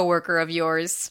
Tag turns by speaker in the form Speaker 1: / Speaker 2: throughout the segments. Speaker 1: coworker of yours.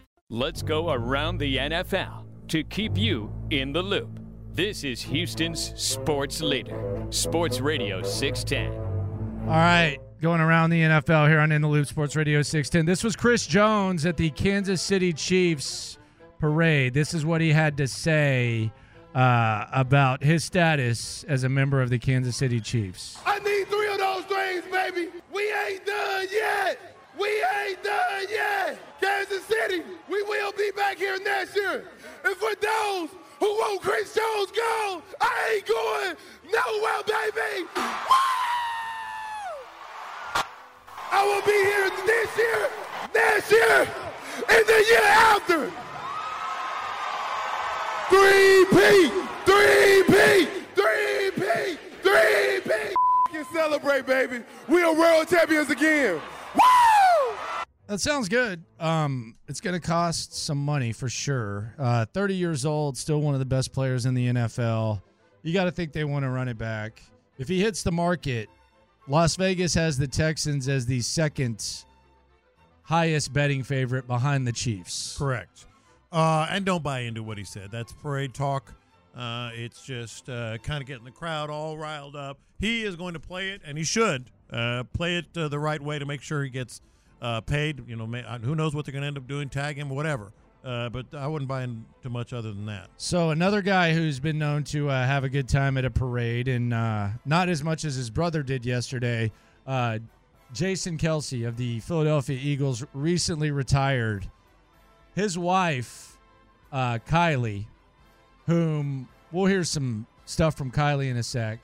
Speaker 2: Let's go around the NFL to keep you in the loop. This is Houston's sports leader, Sports Radio 610.
Speaker 3: All right, going around the NFL here on In the Loop Sports Radio 610. This was Chris Jones at the Kansas City Chiefs parade. This is what he had to say uh, about his status as a member of the Kansas City Chiefs.
Speaker 4: I need three of those things, baby. We ain't done yet. We ain't done yet. Kansas City, we will be back here next year. And for those who want Chris Jones gone, I ain't going nowhere, baby. Woo! I will be here this year, next year, and the year after. Three P, three P, three P, three P. Can celebrate, baby. We are world champions again. Woo!
Speaker 3: That sounds good. Um, it's going to cost some money for sure. Uh, 30 years old, still one of the best players in the NFL. You got to think they want to run it back. If he hits the market, Las Vegas has the Texans as the second highest betting favorite behind the Chiefs.
Speaker 5: Correct. Uh, and don't buy into what he said. That's parade talk. Uh, it's just uh, kind of getting the crowd all riled up. He is going to play it, and he should uh, play it uh, the right way to make sure he gets uh, paid. You know, may, uh, who knows what they're going to end up doing? Tag him, whatever. Uh, but I wouldn't buy into much other than that.
Speaker 3: So another guy who's been known to uh, have a good time at a parade, and uh, not as much as his brother did yesterday. Uh, Jason Kelsey of the Philadelphia Eagles recently retired. His wife, uh, Kylie, whom we'll hear some stuff from Kylie in a sec.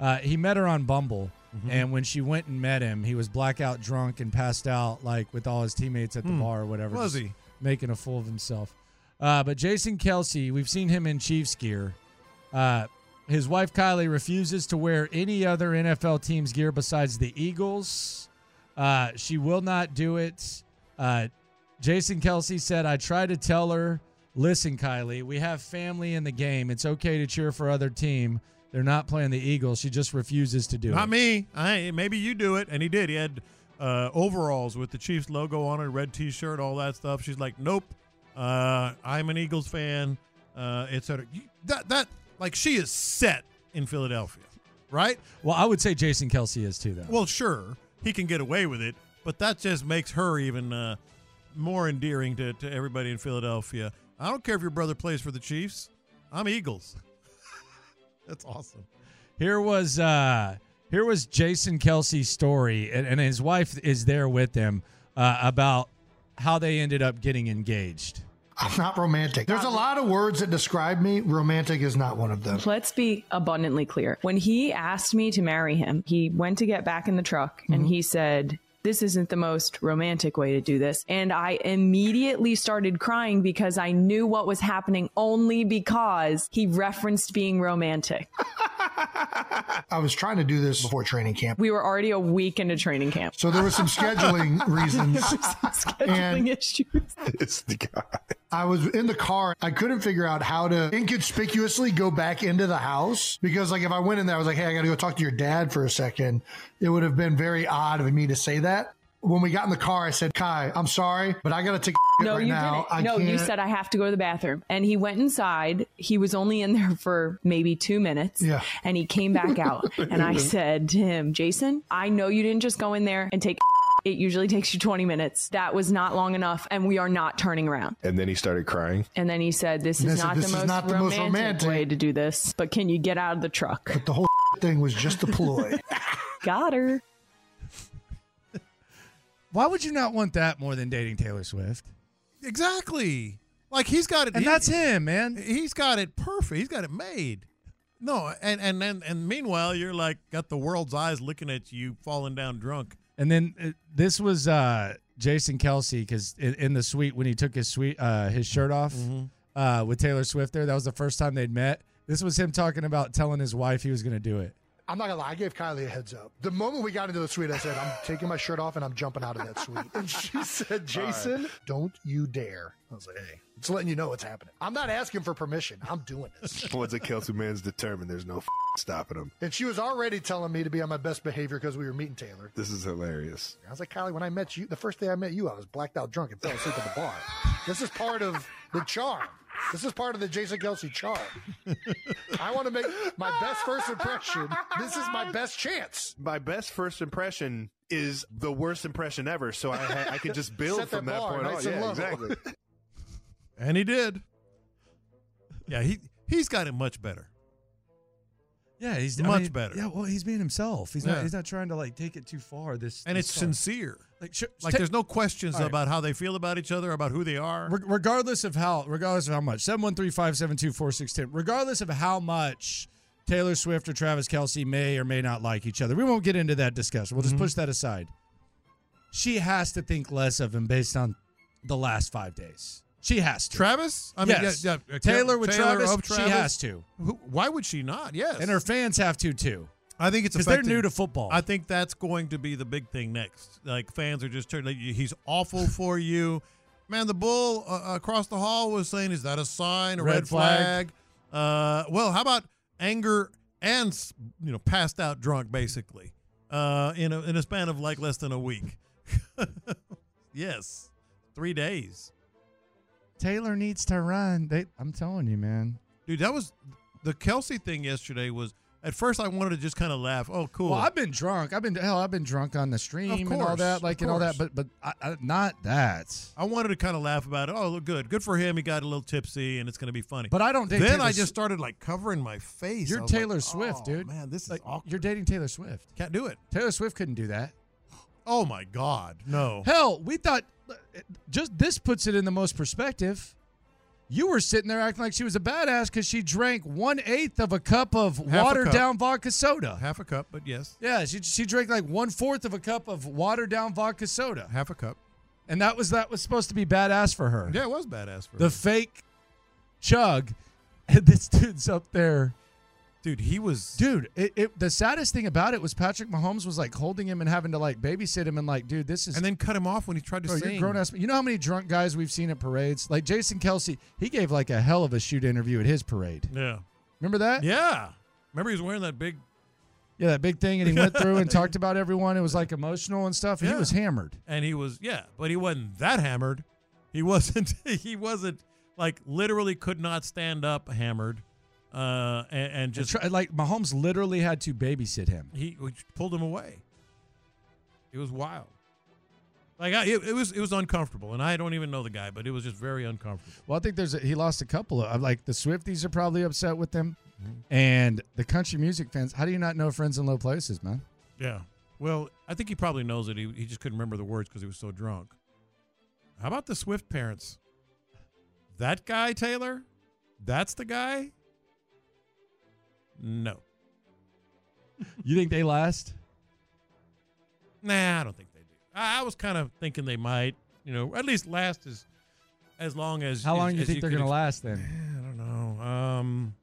Speaker 3: Uh, he met her on Bumble,
Speaker 5: Mm-hmm.
Speaker 3: and when she went and met him, he was blackout drunk and passed out, like with all his teammates at the bar or whatever.
Speaker 5: Hmm. Was
Speaker 3: just
Speaker 5: he?
Speaker 3: making a fool of himself? Uh, but Jason Kelsey, we've seen him in Chiefs gear. Uh, his wife Kylie refuses to wear any other NFL team's gear besides the Eagles. Uh, she will not do it. Uh, Jason Kelsey said, I try to tell her, listen, Kylie, we have family in the game. It's okay to cheer for other team. They're not playing the Eagles. She just refuses to do it.
Speaker 5: Not me. I maybe you do it, and he did. He had uh, overalls with the Chiefs logo on it, red T-shirt, all that stuff. She's like, "Nope, uh, I'm an Eagles fan, uh, etc." That that like she is set in Philadelphia, right?
Speaker 3: Well, I would say Jason Kelsey is too, though.
Speaker 5: Well, sure, he can get away with it, but that just makes her even uh, more endearing to, to everybody in Philadelphia. I don't care if your brother plays for the Chiefs. I'm Eagles. That's awesome.
Speaker 3: Here was uh here was Jason Kelsey's story, and, and his wife is there with him uh, about how they ended up getting engaged.
Speaker 6: I'm not romantic. There's a
Speaker 7: Um,
Speaker 6: lot of words that describe me. Romantic is not one of them.
Speaker 7: Let's be abundantly clear. When he asked me to marry him, he went to get back in the truck and
Speaker 6: Mm-hmm.
Speaker 7: he said, this isn't the most romantic way to do this. And I immediately started crying because I knew what was happening only because he referenced being romantic.
Speaker 6: I was trying to do this before training camp.
Speaker 7: We were already a week into training camp.
Speaker 6: So there were some scheduling reasons.
Speaker 7: Scheduling issues.
Speaker 6: I was in the car. I couldn't figure out how to inconspicuously go back into the house because, like, if I went in there, I was like, hey, I got to go talk to your dad for a second. It would have been very odd of me to say that. When we got in the car, I said, Kai, I'm sorry, but I got to take a
Speaker 7: No,
Speaker 6: right
Speaker 7: you
Speaker 6: now.
Speaker 7: didn't.
Speaker 6: I
Speaker 7: no, you
Speaker 6: can't-
Speaker 7: said I have to go to the bathroom. And he went inside. He was only in there for maybe two minutes.
Speaker 6: Yeah.
Speaker 7: And he came back out. and I said to him, Jason, I know you didn't just go in there and take It usually takes you 20 minutes. That was not long enough, and we are not turning around.
Speaker 8: And then he started crying.
Speaker 7: And then he said, This
Speaker 6: And
Speaker 7: is,
Speaker 6: I said,
Speaker 7: not,
Speaker 6: "This
Speaker 7: the
Speaker 6: is
Speaker 7: most
Speaker 6: not the most
Speaker 7: romantic
Speaker 6: romantic."
Speaker 7: way to do this, but can you get out of the truck?
Speaker 6: The whole thing was just a ploy.
Speaker 7: Got her.
Speaker 3: Why would you not want that more than dating Taylor Swift?
Speaker 5: Exactly. Like he's got it.
Speaker 3: And
Speaker 5: he-
Speaker 3: that's him, man.
Speaker 5: He's got it perfect. He's got it made. No, and and and, and meanwhile, you're like got the world's eyes looking at you, falling down drunk.
Speaker 3: And then uh, this was uh, Jason Kelsey because in, in the suite when he took his suite uh, his shirt off uh, with Taylor Swift there, that was the first time they'd met. This was him talking about telling his wife he was going to do it.
Speaker 6: I'm not gonna lie, I gave Kylie a heads up. The moment we got into the suite, I said, I'm taking my shirt off and I'm jumping out of that suite. And she said, Jason, don't you dare. I was like, hey, it's letting you know what's happening. I'm not asking for permission. I'm doing this.
Speaker 8: Once a Kelsey man's determined, there's no f- stopping him.
Speaker 6: And she was already telling me to be on my best behavior because we were meeting Taylor.
Speaker 8: This is hilarious.
Speaker 6: I was like, Kylie, when I met you, the first day I met you, I was blacked out drunk and fell asleep at the bar. This is part of the charm. This is part of the Jason Kelsey charm. I want to make my best first impression. This is my best chance.
Speaker 8: My best first impression is the worst impression ever, so I ha- I can just build
Speaker 6: Set
Speaker 8: from
Speaker 6: that
Speaker 8: that
Speaker 6: bar
Speaker 8: point
Speaker 6: nice
Speaker 8: on.
Speaker 6: and
Speaker 8: Yeah,
Speaker 6: low.
Speaker 8: exactly.
Speaker 5: And he did. Yeah, he he's got it much better.
Speaker 3: Yeah, he's
Speaker 5: I Much mean, better.
Speaker 3: Yeah, well, he's being himself. He's
Speaker 5: Yeah.
Speaker 3: not. He's not trying to like take it too far. This
Speaker 5: And
Speaker 3: this
Speaker 5: it's
Speaker 3: far.
Speaker 5: sincere.
Speaker 3: Like, sure,
Speaker 5: Like
Speaker 3: ta-
Speaker 5: there's no questions
Speaker 3: All right.
Speaker 5: about how they feel about each other, about who they are.
Speaker 3: Reg- regardless of how regardless of how much 713-572-4610 regardless of how much taylor swift or travis kelsey may or may not like each other we won't get into that discussion we'll just
Speaker 5: Mm-hmm.
Speaker 3: push that aside she has to think less of him based on the last five days she has to
Speaker 5: Travis? I
Speaker 3: Yes.
Speaker 5: yeah, yeah, uh,
Speaker 3: Taylor with Travis,
Speaker 5: of
Speaker 3: she has to.
Speaker 5: Who, why would she not? Yes.
Speaker 3: and her fans have to too
Speaker 5: I think it's
Speaker 3: because they're
Speaker 5: affecting-
Speaker 3: new to football
Speaker 5: I think that's going to be the big thing next. Like fans are just turning. Like, he's awful for you, man. The bull uh, across the hall was saying, "Is that a sign? A red,
Speaker 3: Red
Speaker 5: flag?"
Speaker 3: flag.
Speaker 5: Uh, well, how about anger and s- you know passed out drunk basically uh, in a, in a span of like less than a week. yes, three days,
Speaker 3: taylor needs to run they, i'm telling you man
Speaker 5: dude. That was the Kelsey thing yesterday. Was at first I wanted to just kind of laugh. Oh, cool.
Speaker 3: Well, I've been drunk. I've been hell. I've been drunk on the stream and all
Speaker 5: course,
Speaker 3: that,
Speaker 5: of
Speaker 3: like and all that.
Speaker 5: course.
Speaker 3: But but I, I, not that.
Speaker 5: I wanted to kind of laugh about it. Oh, look good. Good for him. He got a little tipsy, and it's going to be funny.
Speaker 3: But I don't think
Speaker 5: then
Speaker 3: Taylor
Speaker 5: I
Speaker 3: S-
Speaker 5: just started like covering my face. I
Speaker 3: You're
Speaker 5: was like,
Speaker 3: Taylor Swift,
Speaker 5: "Oh,
Speaker 3: dude.
Speaker 5: Man, this
Speaker 3: like,
Speaker 5: is awkward.
Speaker 3: You're dating Taylor Swift.
Speaker 5: Can't do it.
Speaker 3: Taylor Swift couldn't do that.
Speaker 5: Oh my God, no.
Speaker 3: Hell, we thought just this puts it in the most perspective. You were sitting there acting like she was a badass because she drank one eighth of a cup of
Speaker 5: a cup.
Speaker 3: watered down vodka soda.
Speaker 5: Half a cup, but yes,
Speaker 3: yeah, she, she drank like one fourth of a cup of watered down vodka soda,
Speaker 5: half a cup.
Speaker 3: and that was that was supposed to be badass for her.
Speaker 5: Yeah, it was badass for
Speaker 3: the
Speaker 5: him.
Speaker 3: fake chug, and this dude's up there.
Speaker 5: dude. He was.
Speaker 3: Dude, it, it the saddest thing about it was Patrick Mahomes was like holding him and having to like babysit him and like, dude, this is
Speaker 5: and then cut him off when he tried to
Speaker 3: bro,
Speaker 5: sing.
Speaker 3: you're grown ass. You know how many drunk guys we've seen at parades? Like Jason Kelsey, he gave like a hell of a shoot interview at his parade.
Speaker 5: Yeah,
Speaker 3: Remember that?
Speaker 5: yeah. Remember he was wearing that big,
Speaker 3: Yeah, that big thing, and he went through and talked about everyone. It was like emotional and stuff, and
Speaker 5: Yeah.
Speaker 3: he was hammered.
Speaker 5: and he was yeah, but he wasn't that hammered. He wasn't. he wasn't like literally could not stand up hammered, uh, and, and
Speaker 3: Just
Speaker 5: just
Speaker 3: try, like Mahomes literally had to babysit him.
Speaker 5: he we just pulled him away. It was wild. Like I, it, it was, it was uncomfortable, and I don't even know the guy, but it was just very uncomfortable.
Speaker 3: Well, I think there's a, he lost a couple of like the Swifties are probably upset with him, Mm-hmm. and the country music fans. How do you not know friends in low places, man?
Speaker 5: Yeah. Well, I think he probably knows it. He, he just couldn't remember the words because he was so drunk. How about the Swift parents? That guy Taylor, that's the guy. No,
Speaker 3: You think they last?
Speaker 5: nah, I don't think they do. I, I was kind of thinking they might. You know, at least last as as long as
Speaker 3: How
Speaker 5: as-
Speaker 3: long do you
Speaker 5: as
Speaker 3: think they're
Speaker 5: could
Speaker 3: gonna last
Speaker 5: ex-
Speaker 3: then?
Speaker 5: I don't know. Um,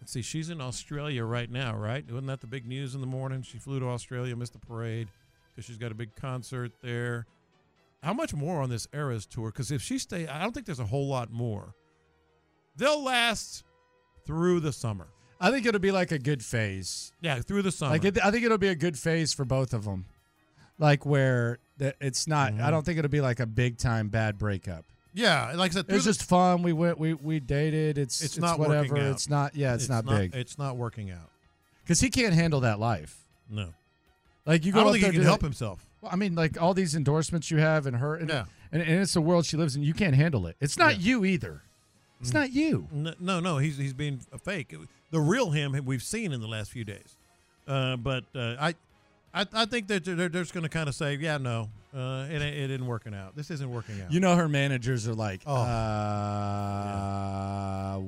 Speaker 5: let's see. She's in Australia right now, right? Wasn't that the big news in the morning? She flew to Australia, missed the parade because she's got a big concert there. How much more on this Eras tour? Because if she stay, I don't think there's a whole lot more. They'll last through the summer.
Speaker 3: I think it'll be like a good phase.
Speaker 5: Yeah, through the summer.
Speaker 3: Like it, I think it'll be a good phase for both of them. Like where that it's not. I don't think it'll be like a big time bad breakup.
Speaker 5: yeah, like I said,
Speaker 3: It was
Speaker 5: through the-
Speaker 3: just fun. We went. We we dated. It's
Speaker 5: It's
Speaker 3: it's,
Speaker 5: not working
Speaker 3: whatever.
Speaker 5: out.
Speaker 3: It's not. Yeah, it's, not, big.
Speaker 5: It's not working out.
Speaker 3: Because he can't handle that life.
Speaker 5: No,
Speaker 3: Like you
Speaker 5: I
Speaker 3: go
Speaker 5: don't
Speaker 3: up
Speaker 5: think
Speaker 3: there
Speaker 5: he
Speaker 3: to
Speaker 5: can
Speaker 3: the-
Speaker 5: help himself.
Speaker 3: Well, I mean, like all these endorsements you have and her, and,
Speaker 5: Yeah.
Speaker 3: and, and it's the world she lives in. You can't handle it. It's not you either. It's not you.
Speaker 5: N- No, no, he's he's being a fake. The real him we've seen in the last few days, uh, but uh, I, I, I think that they're, they're just going to kind of say, yeah, no, uh, it ain't- it isn't working out. This isn't working out.
Speaker 3: You know, her managers are like,
Speaker 5: Oh.
Speaker 3: uh,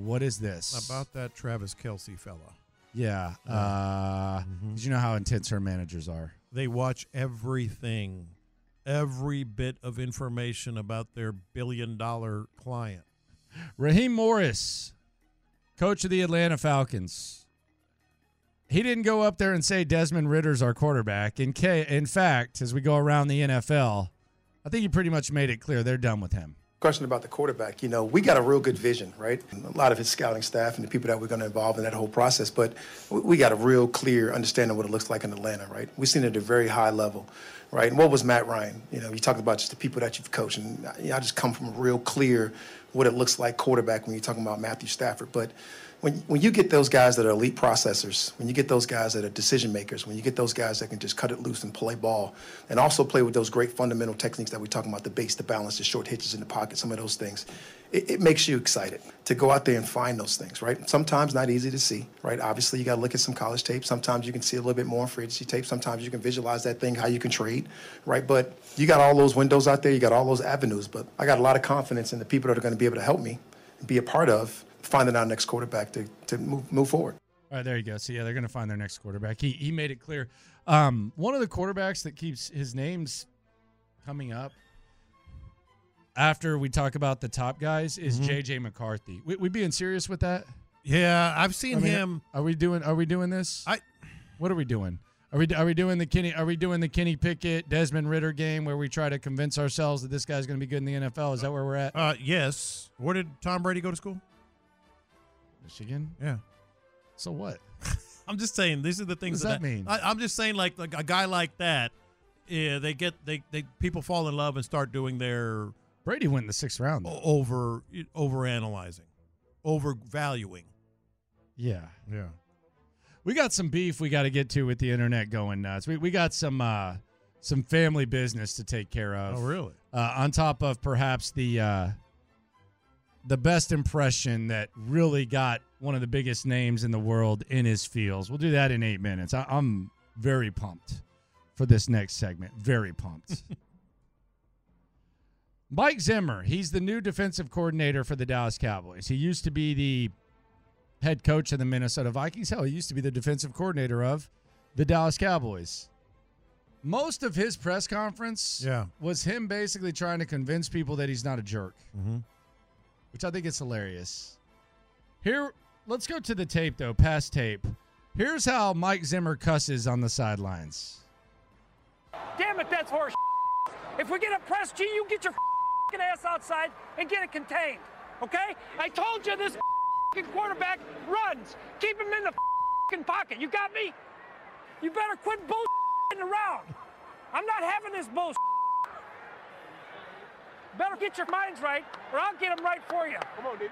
Speaker 3: what is this?
Speaker 5: about that Travis Kelsey fella.
Speaker 3: yeah. Uh, 'cause You know how intense her managers are.
Speaker 5: They watch everything, every bit of information about their billion dollar client.
Speaker 3: Raheem Morris, coach of the Atlanta Falcons. He didn't go up there and say Desmond Ritter's our quarterback. In, K- in fact, as we go around the NFL, I think he pretty much made it clear they're done with him.
Speaker 9: Question about the quarterback. You know, we got a real good vision, right? And A lot of his scouting staff and the people that we're going to involve in that whole process, but we- we got a real clear understanding of what it looks like in Atlanta, right? We've seen it at a very high level, right? And what was Matt Ryan? You know, you talked about just the people that you've coached, and I- you know, I just come from a real clear what it looks like quarterback when you're talking about Matthew Stafford. But when, when you get those guys that are elite processors, when you get those guys that are decision makers, when you get those guys that can just cut it loose and play ball, and also play with those great fundamental techniques that we're talking about the base, the balance, the short hitches in the pocket, some of those things, it, it makes you excited to go out there and find those things, right? Sometimes not easy to see, right? Obviously, you got to look at some college tape. Sometimes you can see a little bit more in free agency tape. Sometimes you can visualize that thing, how you can trade, right? But you got all those windows out there, you got all those avenues. But I got a lot of confidence in the people that are going to be able to help me be a part of finding our next quarterback to, to move, move forward.
Speaker 3: All right, there you go. So yeah, they're gonna find their next quarterback. He he made it clear. Um, one of the quarterbacks that keeps his name's coming up after we talk about the top guys is JJ McCarthy. We, we being serious with that?
Speaker 5: Yeah, I've seen
Speaker 3: I mean,
Speaker 5: him.
Speaker 3: Are we doing? Are we doing this?
Speaker 5: I-
Speaker 3: What are we doing? Are we are we doing the Kenny? Are we doing the Kenny Pickett Desmond Ritter game where we try to convince ourselves that this guy's gonna be good in the NFL? Is that where we're at?
Speaker 5: Uh, yes. Where did Tom Brady go to school?
Speaker 3: Michigan.
Speaker 5: Yeah.
Speaker 3: So what?
Speaker 5: I'm just saying these are the things
Speaker 3: does that
Speaker 5: I-
Speaker 3: mean?
Speaker 5: I, I'm just saying like, like a guy like that, yeah, they get they, they people fall in love and start doing their
Speaker 3: Brady went in the sixth round. Though.
Speaker 5: over over analyzing, overvaluing.
Speaker 3: Yeah.
Speaker 5: Yeah.
Speaker 3: We got some beef we got to get to with the internet going nuts. We we got some uh, some family business to take care of.
Speaker 5: Oh, really?
Speaker 3: Uh, on top of perhaps the uh, the best impression that really got one of the biggest names in the world in his fields. We'll do that in eight minutes. I, I'm very pumped for this next segment. Very pumped. Mike Zimmer, he's the new defensive coordinator for the Dallas Cowboys. He used to be the head coach of the Minnesota Vikings. Hell, he used to be the defensive coordinator of the Dallas Cowboys. Most of his press conference
Speaker 5: Yeah.
Speaker 3: was him basically trying to convince people that he's not a jerk,
Speaker 5: Mhm.
Speaker 3: which I think is hilarious. Here, let's go to the tape, though, past tape. Here's how Mike Zimmer cusses on the sidelines.
Speaker 10: Damn it, that's horse. If we get a press G, you get your f***ing ass outside and get it contained. Okay? I told you this f***ing quarterback runs. Keep him in the f***ing pocket. You got me? You better quit bullshitting around. I'm not having this bullshit. Better get your minds right, or I'll get them right for you. Come on, dude.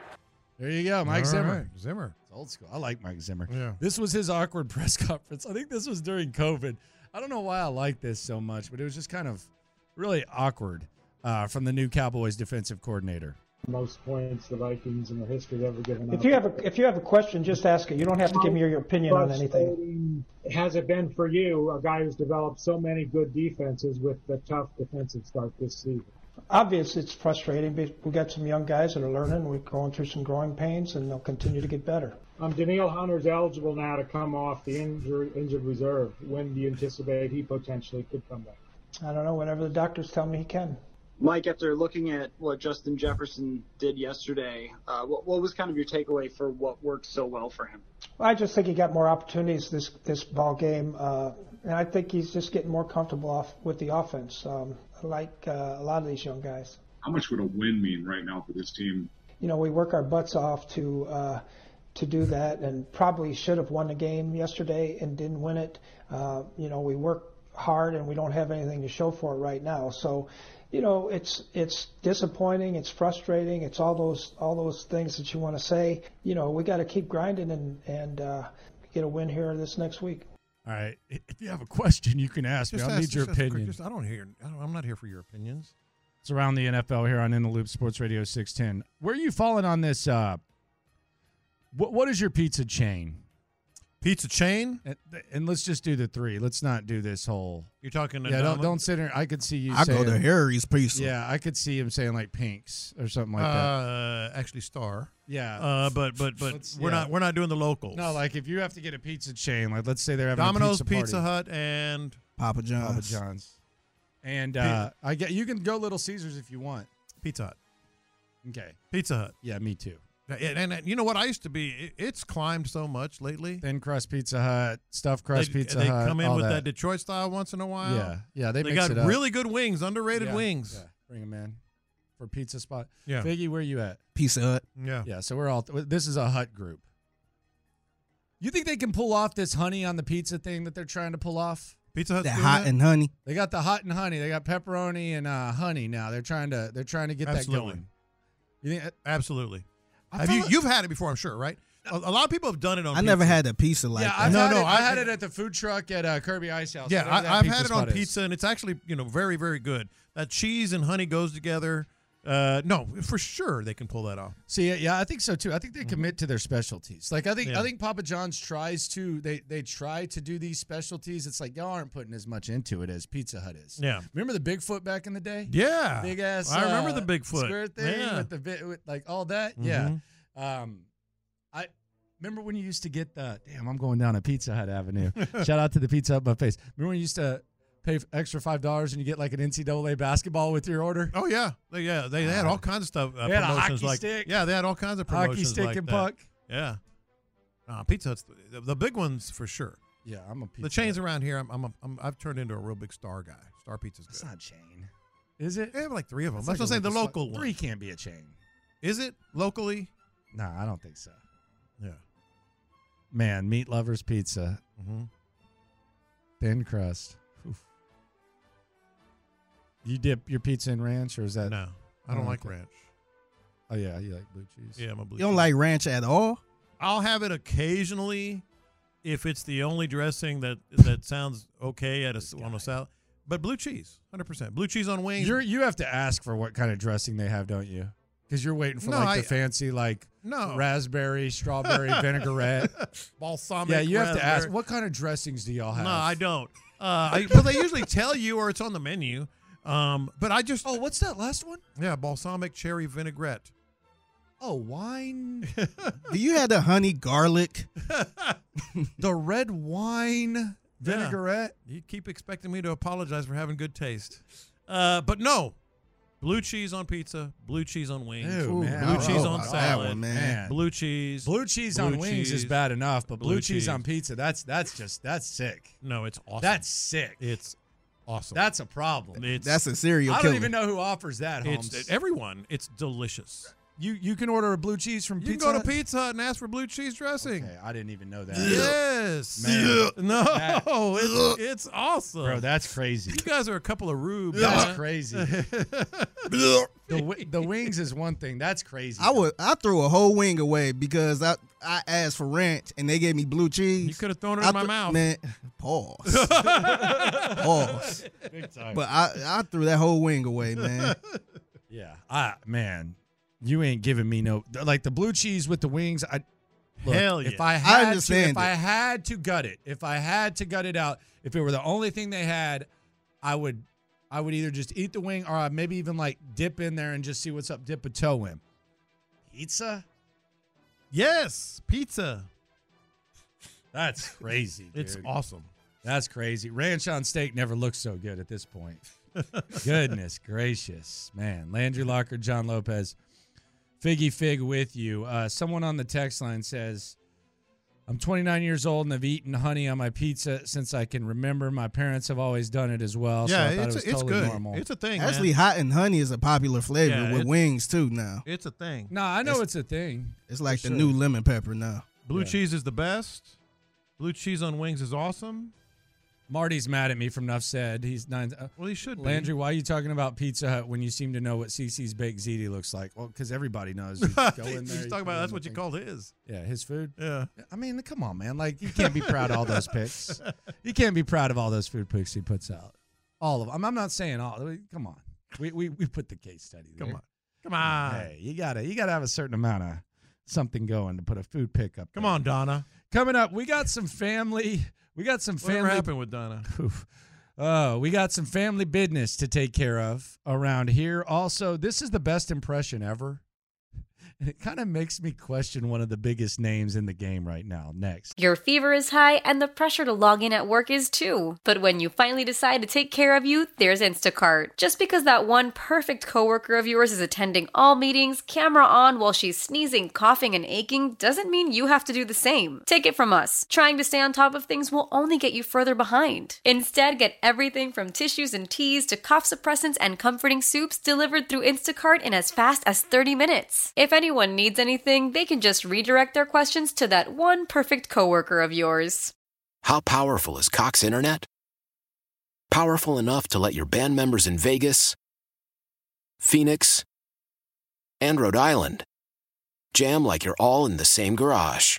Speaker 3: There you go, Mike Zimmer.
Speaker 5: Zimmer.
Speaker 3: It's old school. I like Mike Zimmer.
Speaker 5: Yeah.
Speaker 3: This was his awkward press conference. I think this was during COVID. I don't know why I like this so much, but it was just kind of really awkward uh, from the new Cowboys defensive coordinator.
Speaker 11: most points the Vikings in the history have ever given up.
Speaker 10: If you have a if you have a question, just ask it. You don't have to give me your, your opinion on anything.
Speaker 11: Frustrating Has it been for you, a guy who's developed so many good defenses with the tough defensive start this season?
Speaker 10: Obviously, it's frustrating, but we got some young guys that are learning. We're going through some growing pains, and they'll continue to get better.
Speaker 11: Um, Daniil Hunter's eligible now to come off the injured, injured reserve. When do you anticipate he potentially could come back?
Speaker 10: I don't know. Whatever the doctors tell me, he can.
Speaker 12: Mike, after looking at what Justin Jefferson did yesterday, uh, what, what was kind of your takeaway for what worked so well for him?
Speaker 10: I just think he got more opportunities this this ball game, uh, and I think he's just getting more comfortable off with the offense, um, like uh, a lot of these young guys.
Speaker 11: How much would a win mean right now for this team?
Speaker 10: you know, we work our butts off to uh, to do that, and probably should have won the game yesterday and didn't win it. Uh, you know, we work hard and we don't have anything to show for it right now. So, you know, it's it's disappointing, it's frustrating, it's all those all those things that you want to say. You know, we got to keep grinding and and uh, get a win here this next week.
Speaker 3: All right. If you have a question, you can ask
Speaker 5: Just
Speaker 3: me. I
Speaker 5: ask-
Speaker 3: need your
Speaker 5: just ask a quick-
Speaker 3: opinion.
Speaker 5: just- I don't hear. I don't, I'm not here for your opinions.
Speaker 3: It's around the NFL here on In the Loop Sports Radio 610. Where are you falling on this? Uh, what What is your pizza chain?
Speaker 5: Pizza chain?
Speaker 3: And, and let's just do the three. Let's not do this whole.
Speaker 5: You're talking.
Speaker 3: Yeah, don't,
Speaker 5: anonymous?
Speaker 3: don't sit here. I could see you.
Speaker 5: I go
Speaker 3: saying-
Speaker 5: to Harry's Pizza.
Speaker 3: Yeah, I could see him saying like Pink's or something like that.
Speaker 5: uh, actually, Star.
Speaker 3: Yeah.
Speaker 5: Uh, but but but
Speaker 3: Let's-
Speaker 5: we're
Speaker 3: yeah.
Speaker 5: not we're not doing the locals.
Speaker 3: No, like if you have to get a pizza chain, like let's say they're having
Speaker 5: Domino's,
Speaker 3: a pizza,
Speaker 5: Pizza
Speaker 3: party.
Speaker 5: Hut, and
Speaker 3: Papa John's. Papa John's. And uh, I get you can go Little Caesars if you want.
Speaker 5: Pizza Hut.
Speaker 3: Okay.
Speaker 5: Pizza Hut.
Speaker 3: Yeah, me too.
Speaker 5: And, and, and you know what? I used to be. It, it's climbed so much lately.
Speaker 3: Thin crust Pizza Hut, stuffed crust
Speaker 5: they,
Speaker 3: Pizza
Speaker 5: they
Speaker 3: Hut.
Speaker 5: come in
Speaker 3: all
Speaker 5: with that.
Speaker 3: that.
Speaker 5: Detroit style once in a while.
Speaker 3: Yeah, yeah, they
Speaker 5: they
Speaker 3: mix
Speaker 5: got
Speaker 3: it up.
Speaker 5: really good wings, underrated
Speaker 3: Yeah,
Speaker 5: wings.
Speaker 3: yeah. Bring them in for pizza spot.
Speaker 5: Yeah.
Speaker 3: Figgy, where you at?
Speaker 13: Pizza Hut.
Speaker 5: Yeah.
Speaker 3: Yeah. So we're all. this is a hut group. You think they can pull off this honey on the pizza thing that they're trying to pull off?
Speaker 5: Pizza Hut.
Speaker 13: That hot and honey.
Speaker 3: They got the hot and honey. They got pepperoni and uh, honey now. They're trying to. They're trying to get that
Speaker 5: Absolutely.
Speaker 3: going. You think? uh,
Speaker 5: Absolutely.
Speaker 3: I
Speaker 5: Have
Speaker 3: feel
Speaker 5: you?
Speaker 3: like-
Speaker 5: you've had it before, I'm sure, right? A, a lot of people have done it on.
Speaker 13: I never
Speaker 5: pizza.
Speaker 13: had a pizza like
Speaker 3: yeah,
Speaker 13: that.
Speaker 3: I've
Speaker 5: No,
Speaker 3: had
Speaker 5: no,
Speaker 3: it, I
Speaker 5: I've-
Speaker 3: had it at the food truck at uh, Kirby Ice House.
Speaker 5: Yeah,
Speaker 3: whatever that
Speaker 5: I, I've
Speaker 3: pizza
Speaker 5: had it
Speaker 3: spot
Speaker 5: on
Speaker 3: is.
Speaker 5: pizza, and it's actually you know very very good. That cheese and honey goes together. Uh, no, for sure they can pull that off. Mm-hmm.
Speaker 3: See, yeah, I think so too. I think they commit to their specialties. Like I think
Speaker 5: Yeah.
Speaker 3: I think Papa John's tries to they they try to do these specialties. It's like y'all aren't putting as much into it as Pizza Hut is.
Speaker 5: Yeah.
Speaker 3: Remember the Bigfoot back in the day?
Speaker 5: Yeah.
Speaker 3: Big ass.
Speaker 5: I remember
Speaker 3: uh,
Speaker 5: the Bigfoot.
Speaker 3: square thing
Speaker 5: Yeah. Mm-hmm.
Speaker 3: with the vi- with like all that. Yeah. Um, I remember when you used to get the damn. I'm going down a Pizza Hut Avenue. Shout out to the Pizza Hut Buffets. Remember when you used to pay f- extra five dollars and you get like an NCAA basketball with your order?
Speaker 5: Oh yeah, They- yeah. They, they had all kinds of stuff. Uh,
Speaker 3: They had a
Speaker 5: promotions
Speaker 3: hockey
Speaker 5: like
Speaker 3: stick.
Speaker 5: yeah, they had all kinds of
Speaker 3: Hockey
Speaker 5: promotions
Speaker 3: stick
Speaker 5: like
Speaker 3: and
Speaker 5: that.
Speaker 3: puck.
Speaker 5: Yeah, uh, Pizza Hut's the, the big ones for sure.
Speaker 3: Yeah, I'm a pizza.
Speaker 5: the chains around here, I'm, I'm, a, I'm I've turned into a real big star guy. Star Pizza's good.
Speaker 3: It's not chain. Is it?
Speaker 5: They have like three of them.
Speaker 3: It's
Speaker 5: That's
Speaker 3: like
Speaker 5: what I'm saying.
Speaker 3: a
Speaker 5: The
Speaker 3: local
Speaker 5: local
Speaker 3: spot.
Speaker 5: one.
Speaker 3: Three can't be a chain.
Speaker 5: Is it locally?
Speaker 3: Nah, I don't think so.
Speaker 5: Yeah.
Speaker 3: Man, meat lovers pizza,
Speaker 5: Mm-hmm.
Speaker 3: thin crust. Oof. You dip your pizza in ranch, or is that
Speaker 5: No, I don't like ranch.
Speaker 3: Oh yeah, you like blue cheese.
Speaker 5: Yeah, I'm a blue.
Speaker 13: You don't
Speaker 5: cheese.
Speaker 13: like ranch at all?
Speaker 5: I'll have it occasionally if it's the only dressing that that sounds okay at a s- on a salad. But blue cheese, hundred percent. Blue cheese on wings.
Speaker 3: You're you have to ask for what kind of dressing they have, don't you? Because you're waiting for
Speaker 5: No,
Speaker 3: like
Speaker 5: I-
Speaker 3: the fancy like
Speaker 5: No.
Speaker 3: raspberry, strawberry, vinaigrette.
Speaker 5: balsamic.
Speaker 3: yeah, you have to ask
Speaker 5: raspberry.
Speaker 3: what kind of dressings do y'all have?
Speaker 5: No, I don't. Uh, I, well, they usually tell you, or it's on the menu. Um, but I just
Speaker 3: Oh, what's that last one?
Speaker 5: yeah, balsamic cherry vinaigrette.
Speaker 3: Oh, wine.
Speaker 13: Do you have the honey garlic?
Speaker 3: the red wine vinaigrette.
Speaker 5: You keep expecting me to apologize for having good taste, uh, but no, blue cheese on pizza, blue cheese on wings,
Speaker 3: Ew,
Speaker 5: blue
Speaker 3: man, I don't
Speaker 5: cheese
Speaker 3: know
Speaker 5: on
Speaker 3: about that
Speaker 5: salad,
Speaker 13: one, man.
Speaker 5: blue cheese,
Speaker 3: Blue cheese on
Speaker 5: Blue
Speaker 3: wings is
Speaker 5: cheese.
Speaker 3: bad enough, but blue,
Speaker 5: Blue
Speaker 3: cheese.
Speaker 5: cheese.
Speaker 3: on pizza, that's that's just that's sick.
Speaker 5: No, it's awesome.
Speaker 3: That's sick.
Speaker 5: it's awesome.
Speaker 3: that's a problem.
Speaker 5: it's
Speaker 13: That's a serial
Speaker 3: I
Speaker 13: killer.
Speaker 3: don't even know who offers that, Holmes.
Speaker 5: it's everyone. It's delicious.
Speaker 3: you you can order a blue cheese from
Speaker 5: You
Speaker 3: pizza.
Speaker 5: can go to
Speaker 3: Hut?
Speaker 5: Pizza Hut and ask for blue cheese dressing.
Speaker 3: Okay, I didn't even know that.
Speaker 5: Yes.
Speaker 3: Man.
Speaker 5: No,
Speaker 3: That-
Speaker 5: it's, it's awesome.
Speaker 3: Bro, that's crazy.
Speaker 5: you guys are a couple of rubes.
Speaker 3: That's
Speaker 5: man.
Speaker 3: crazy. The wi- the wings is one thing. That's crazy.
Speaker 13: I would. I threw a whole wing away because I I asked for ranch and they gave me blue cheese.
Speaker 5: You coulda thrown it
Speaker 13: I
Speaker 5: in my
Speaker 13: threw-
Speaker 5: mouth.
Speaker 13: Man, pause. pause.
Speaker 3: Big time.
Speaker 13: But I I threw that whole wing away, man.
Speaker 3: yeah, I man, you ain't giving me no like the blue cheese with the wings. I look,
Speaker 5: Hell
Speaker 3: If
Speaker 5: yeah.
Speaker 3: I had to,
Speaker 13: understand
Speaker 3: if I
Speaker 13: it.
Speaker 3: had to gut it, if I had to gut it out, if it were the only thing they had, I would, I would either just eat the wing or I'd maybe even like dip in there and just see what's up. Dip a toe in. Pizza?
Speaker 5: Yes, pizza.
Speaker 3: That's crazy.
Speaker 5: It's
Speaker 3: dude.
Speaker 5: awesome.
Speaker 3: That's crazy. Ranch on steak never looks so good at this point. Goodness gracious, man. Landry Locker, John Lopez, Figgy Fig with you. Uh, someone on the text line says, I'm 29 years old and I've eaten honey on my pizza since I can remember. My parents have always done it as well. so I
Speaker 5: yeah,
Speaker 3: thought it
Speaker 5: it's
Speaker 3: was
Speaker 5: it's
Speaker 3: totally
Speaker 5: good.
Speaker 3: normal.
Speaker 5: It's a thing. man.
Speaker 13: Actually, hot and honey is a popular flavor
Speaker 5: Yeah,
Speaker 13: with
Speaker 5: it-
Speaker 13: wings too. Now
Speaker 5: it's a thing.
Speaker 3: no, I know it's, a thing.
Speaker 13: it's like
Speaker 3: for
Speaker 13: the
Speaker 3: sure.
Speaker 13: new lemon pepper. Now
Speaker 5: Blue
Speaker 3: Yeah.
Speaker 5: cheese is the best. Blue cheese on wings is awesome.
Speaker 3: Marty's mad at me from Nuff said. He's nine. Uh,
Speaker 5: well, he should. be.
Speaker 3: Landry, why are you talking about Pizza Hut when you seem to know what CC's baked ziti looks like? Well, because everybody knows. You go in there,
Speaker 5: He's
Speaker 3: you
Speaker 5: talking
Speaker 3: put
Speaker 5: about-
Speaker 3: in
Speaker 5: that's
Speaker 3: the
Speaker 5: what you
Speaker 3: thing.
Speaker 5: called his.
Speaker 3: Yeah, his food.
Speaker 5: Yeah.
Speaker 3: I mean, come on, man. Like you can't be proud of all those picks. You can't be proud of all those food picks he puts out. All of them. I'm, I'm not saying all. Come on. We we we put the case study. There.
Speaker 5: Come on. Come on.
Speaker 3: Hey, you gotta you gotta have a certain amount of something going to put a food pick up.
Speaker 5: Come on, Donna.
Speaker 3: Coming up, we got some family. We got some
Speaker 5: Whatever
Speaker 3: family.
Speaker 5: happened with Donna?
Speaker 3: Oof. Oh, we got some family business to take care of around here. Also, this is the best impression ever. And it kind of makes me question one of the biggest names in the game right now. Next.
Speaker 1: Your fever is high and the pressure to log in at work is too. But when you finally decide to take care of you, there's Instacart. Just because that one perfect coworker of yours is attending all meetings, camera on while she's sneezing, coughing, and aching, doesn't mean you have to do the same. Take it from us. Trying to stay on top of things will only get you further behind. Instead, get everything from tissues and teas to cough suppressants and comforting soups delivered through Instacart in as fast as 30 minutes. If anyone needs anything, they can just redirect their questions to that one perfect coworker of yours.
Speaker 14: How powerful is Cox Internet? Powerful enough to let your band members in Vegas, Phoenix, and Rhode Island jam like you're all in the same garage.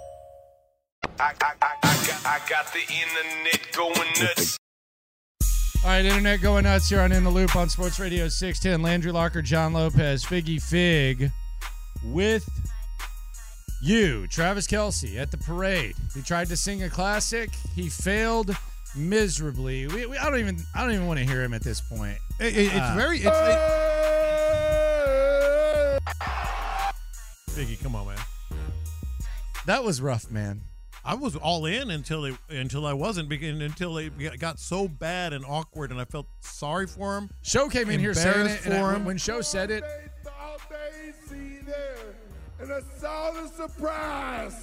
Speaker 15: I, I, I, I, got, I got the internet going nuts.
Speaker 3: All right, internet going nuts here on In the Loop on Sports Radio 610. Landry Locker, John Lopez, Figgy Fig with you, Travis Kelsey, at the parade. He tried to sing a classic. He failed miserably. We, we, I don't even I don't even want to hear him at this point. Uh,
Speaker 5: It- it- it's very- it's- Biggie, come on, man.
Speaker 3: That was rough, man.
Speaker 5: I was all in until they until I wasn't begin until they got so bad and awkward, and I felt sorry for him.
Speaker 3: Show came in here saying it,
Speaker 5: Embarrassed
Speaker 3: and I-
Speaker 5: for him.
Speaker 3: when Show said it,
Speaker 4: And I saw the surprise,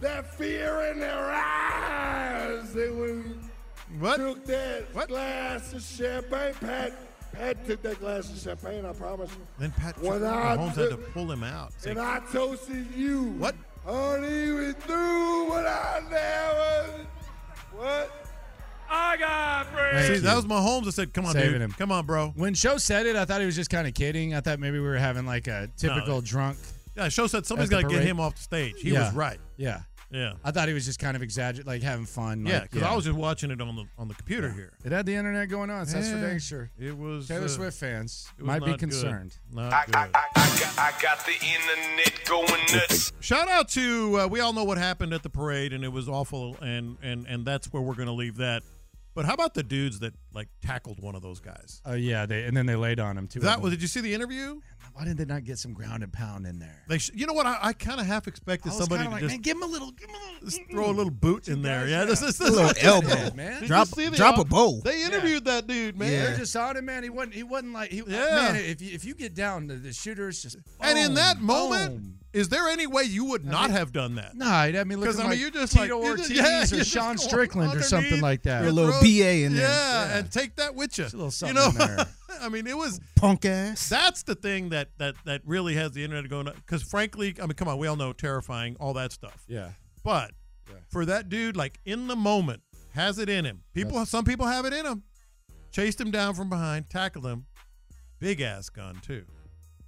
Speaker 4: that fear in their eyes. They when
Speaker 5: what?
Speaker 4: took that glass of champagne. Pat, Pat took that glass of champagne, I promise you.
Speaker 5: Then Pat
Speaker 4: When I
Speaker 5: Mahomes had to
Speaker 4: took-
Speaker 5: pull him out. It's
Speaker 4: and
Speaker 5: like,
Speaker 4: I toasted you.
Speaker 5: What?
Speaker 4: Honey, we threw what I never. What?
Speaker 10: I got
Speaker 5: See, that was Mahomes that said, "Come on,
Speaker 3: Saving
Speaker 5: dude,
Speaker 3: him.
Speaker 5: come on, bro."
Speaker 3: When Show said it, I thought he was just kind of kidding. I thought maybe we were having like a typical drunk.
Speaker 5: Yeah, Show said somebody's
Speaker 3: at the
Speaker 5: got to get
Speaker 3: parade.
Speaker 5: him off the stage. He
Speaker 3: Yeah.
Speaker 5: was right.
Speaker 3: Yeah.
Speaker 5: Yeah.
Speaker 3: I thought he was just kind of exaggerating, like having fun.
Speaker 5: Yeah,
Speaker 3: like,
Speaker 5: because I was just watching it on the on the computer here.
Speaker 3: It had the internet going on. so That's for
Speaker 5: Yeah,
Speaker 3: dang sure.
Speaker 5: It was
Speaker 3: Taylor
Speaker 5: uh,
Speaker 3: Swift fans
Speaker 5: it was
Speaker 3: might be
Speaker 5: not good.
Speaker 3: concerned.
Speaker 5: Not good.
Speaker 15: I got, I got the internet going nuts.
Speaker 5: Shout out to uh, we all know what happened at the parade and it was awful and and and that's where we're gonna leave that. But how about the dudes that like tackled one of those guys?
Speaker 3: Oh yeah, they and then they laid on him too.
Speaker 5: That was. Did you see the interview?
Speaker 3: Why did they not get some ground and pound in there?
Speaker 5: They. Sh- you know what? I, I kind of half
Speaker 3: I
Speaker 5: expected
Speaker 3: was
Speaker 5: somebody
Speaker 3: kinda like,
Speaker 5: to just
Speaker 3: man, give him a little, give him a little,
Speaker 5: throw a little boot in there. Yeah, this is this
Speaker 13: A little
Speaker 5: is-
Speaker 13: elbow.
Speaker 3: man.
Speaker 5: Did you
Speaker 13: Drop-
Speaker 5: see the-
Speaker 13: drop a bow.
Speaker 5: They interviewed that dude, man.
Speaker 3: They just on him, man. He wasn't. He wasn't like. He,
Speaker 5: Yeah.
Speaker 3: Man, if you, if you get down, the, the shooters just.
Speaker 5: And in
Speaker 3: boom,
Speaker 5: that moment,
Speaker 3: boom.
Speaker 5: is there any way you would not have done that?
Speaker 3: Nah, he'd have me looking
Speaker 5: Because I mean,
Speaker 3: like
Speaker 5: you're just
Speaker 3: Tito
Speaker 5: like, you're
Speaker 3: Ortiz
Speaker 5: just- yeah,
Speaker 3: or
Speaker 5: you're just
Speaker 3: Sean
Speaker 5: going "Oh,
Speaker 3: Strickland or something
Speaker 5: underneath
Speaker 3: like that.
Speaker 5: your throat. yeah, and take that with you.
Speaker 3: Just a little something
Speaker 5: you know,
Speaker 3: in there.
Speaker 5: I mean, it was
Speaker 13: punk ass.
Speaker 5: That's the thing that that that really has the internet going. Because frankly, I mean, come on, we all know terrifying, all that stuff.
Speaker 3: Yeah.
Speaker 5: But
Speaker 3: Yeah.
Speaker 5: for that dude, like in the moment, has it in him. People, some people have it in him. Chased him down from behind, tackled him, big ass gun too.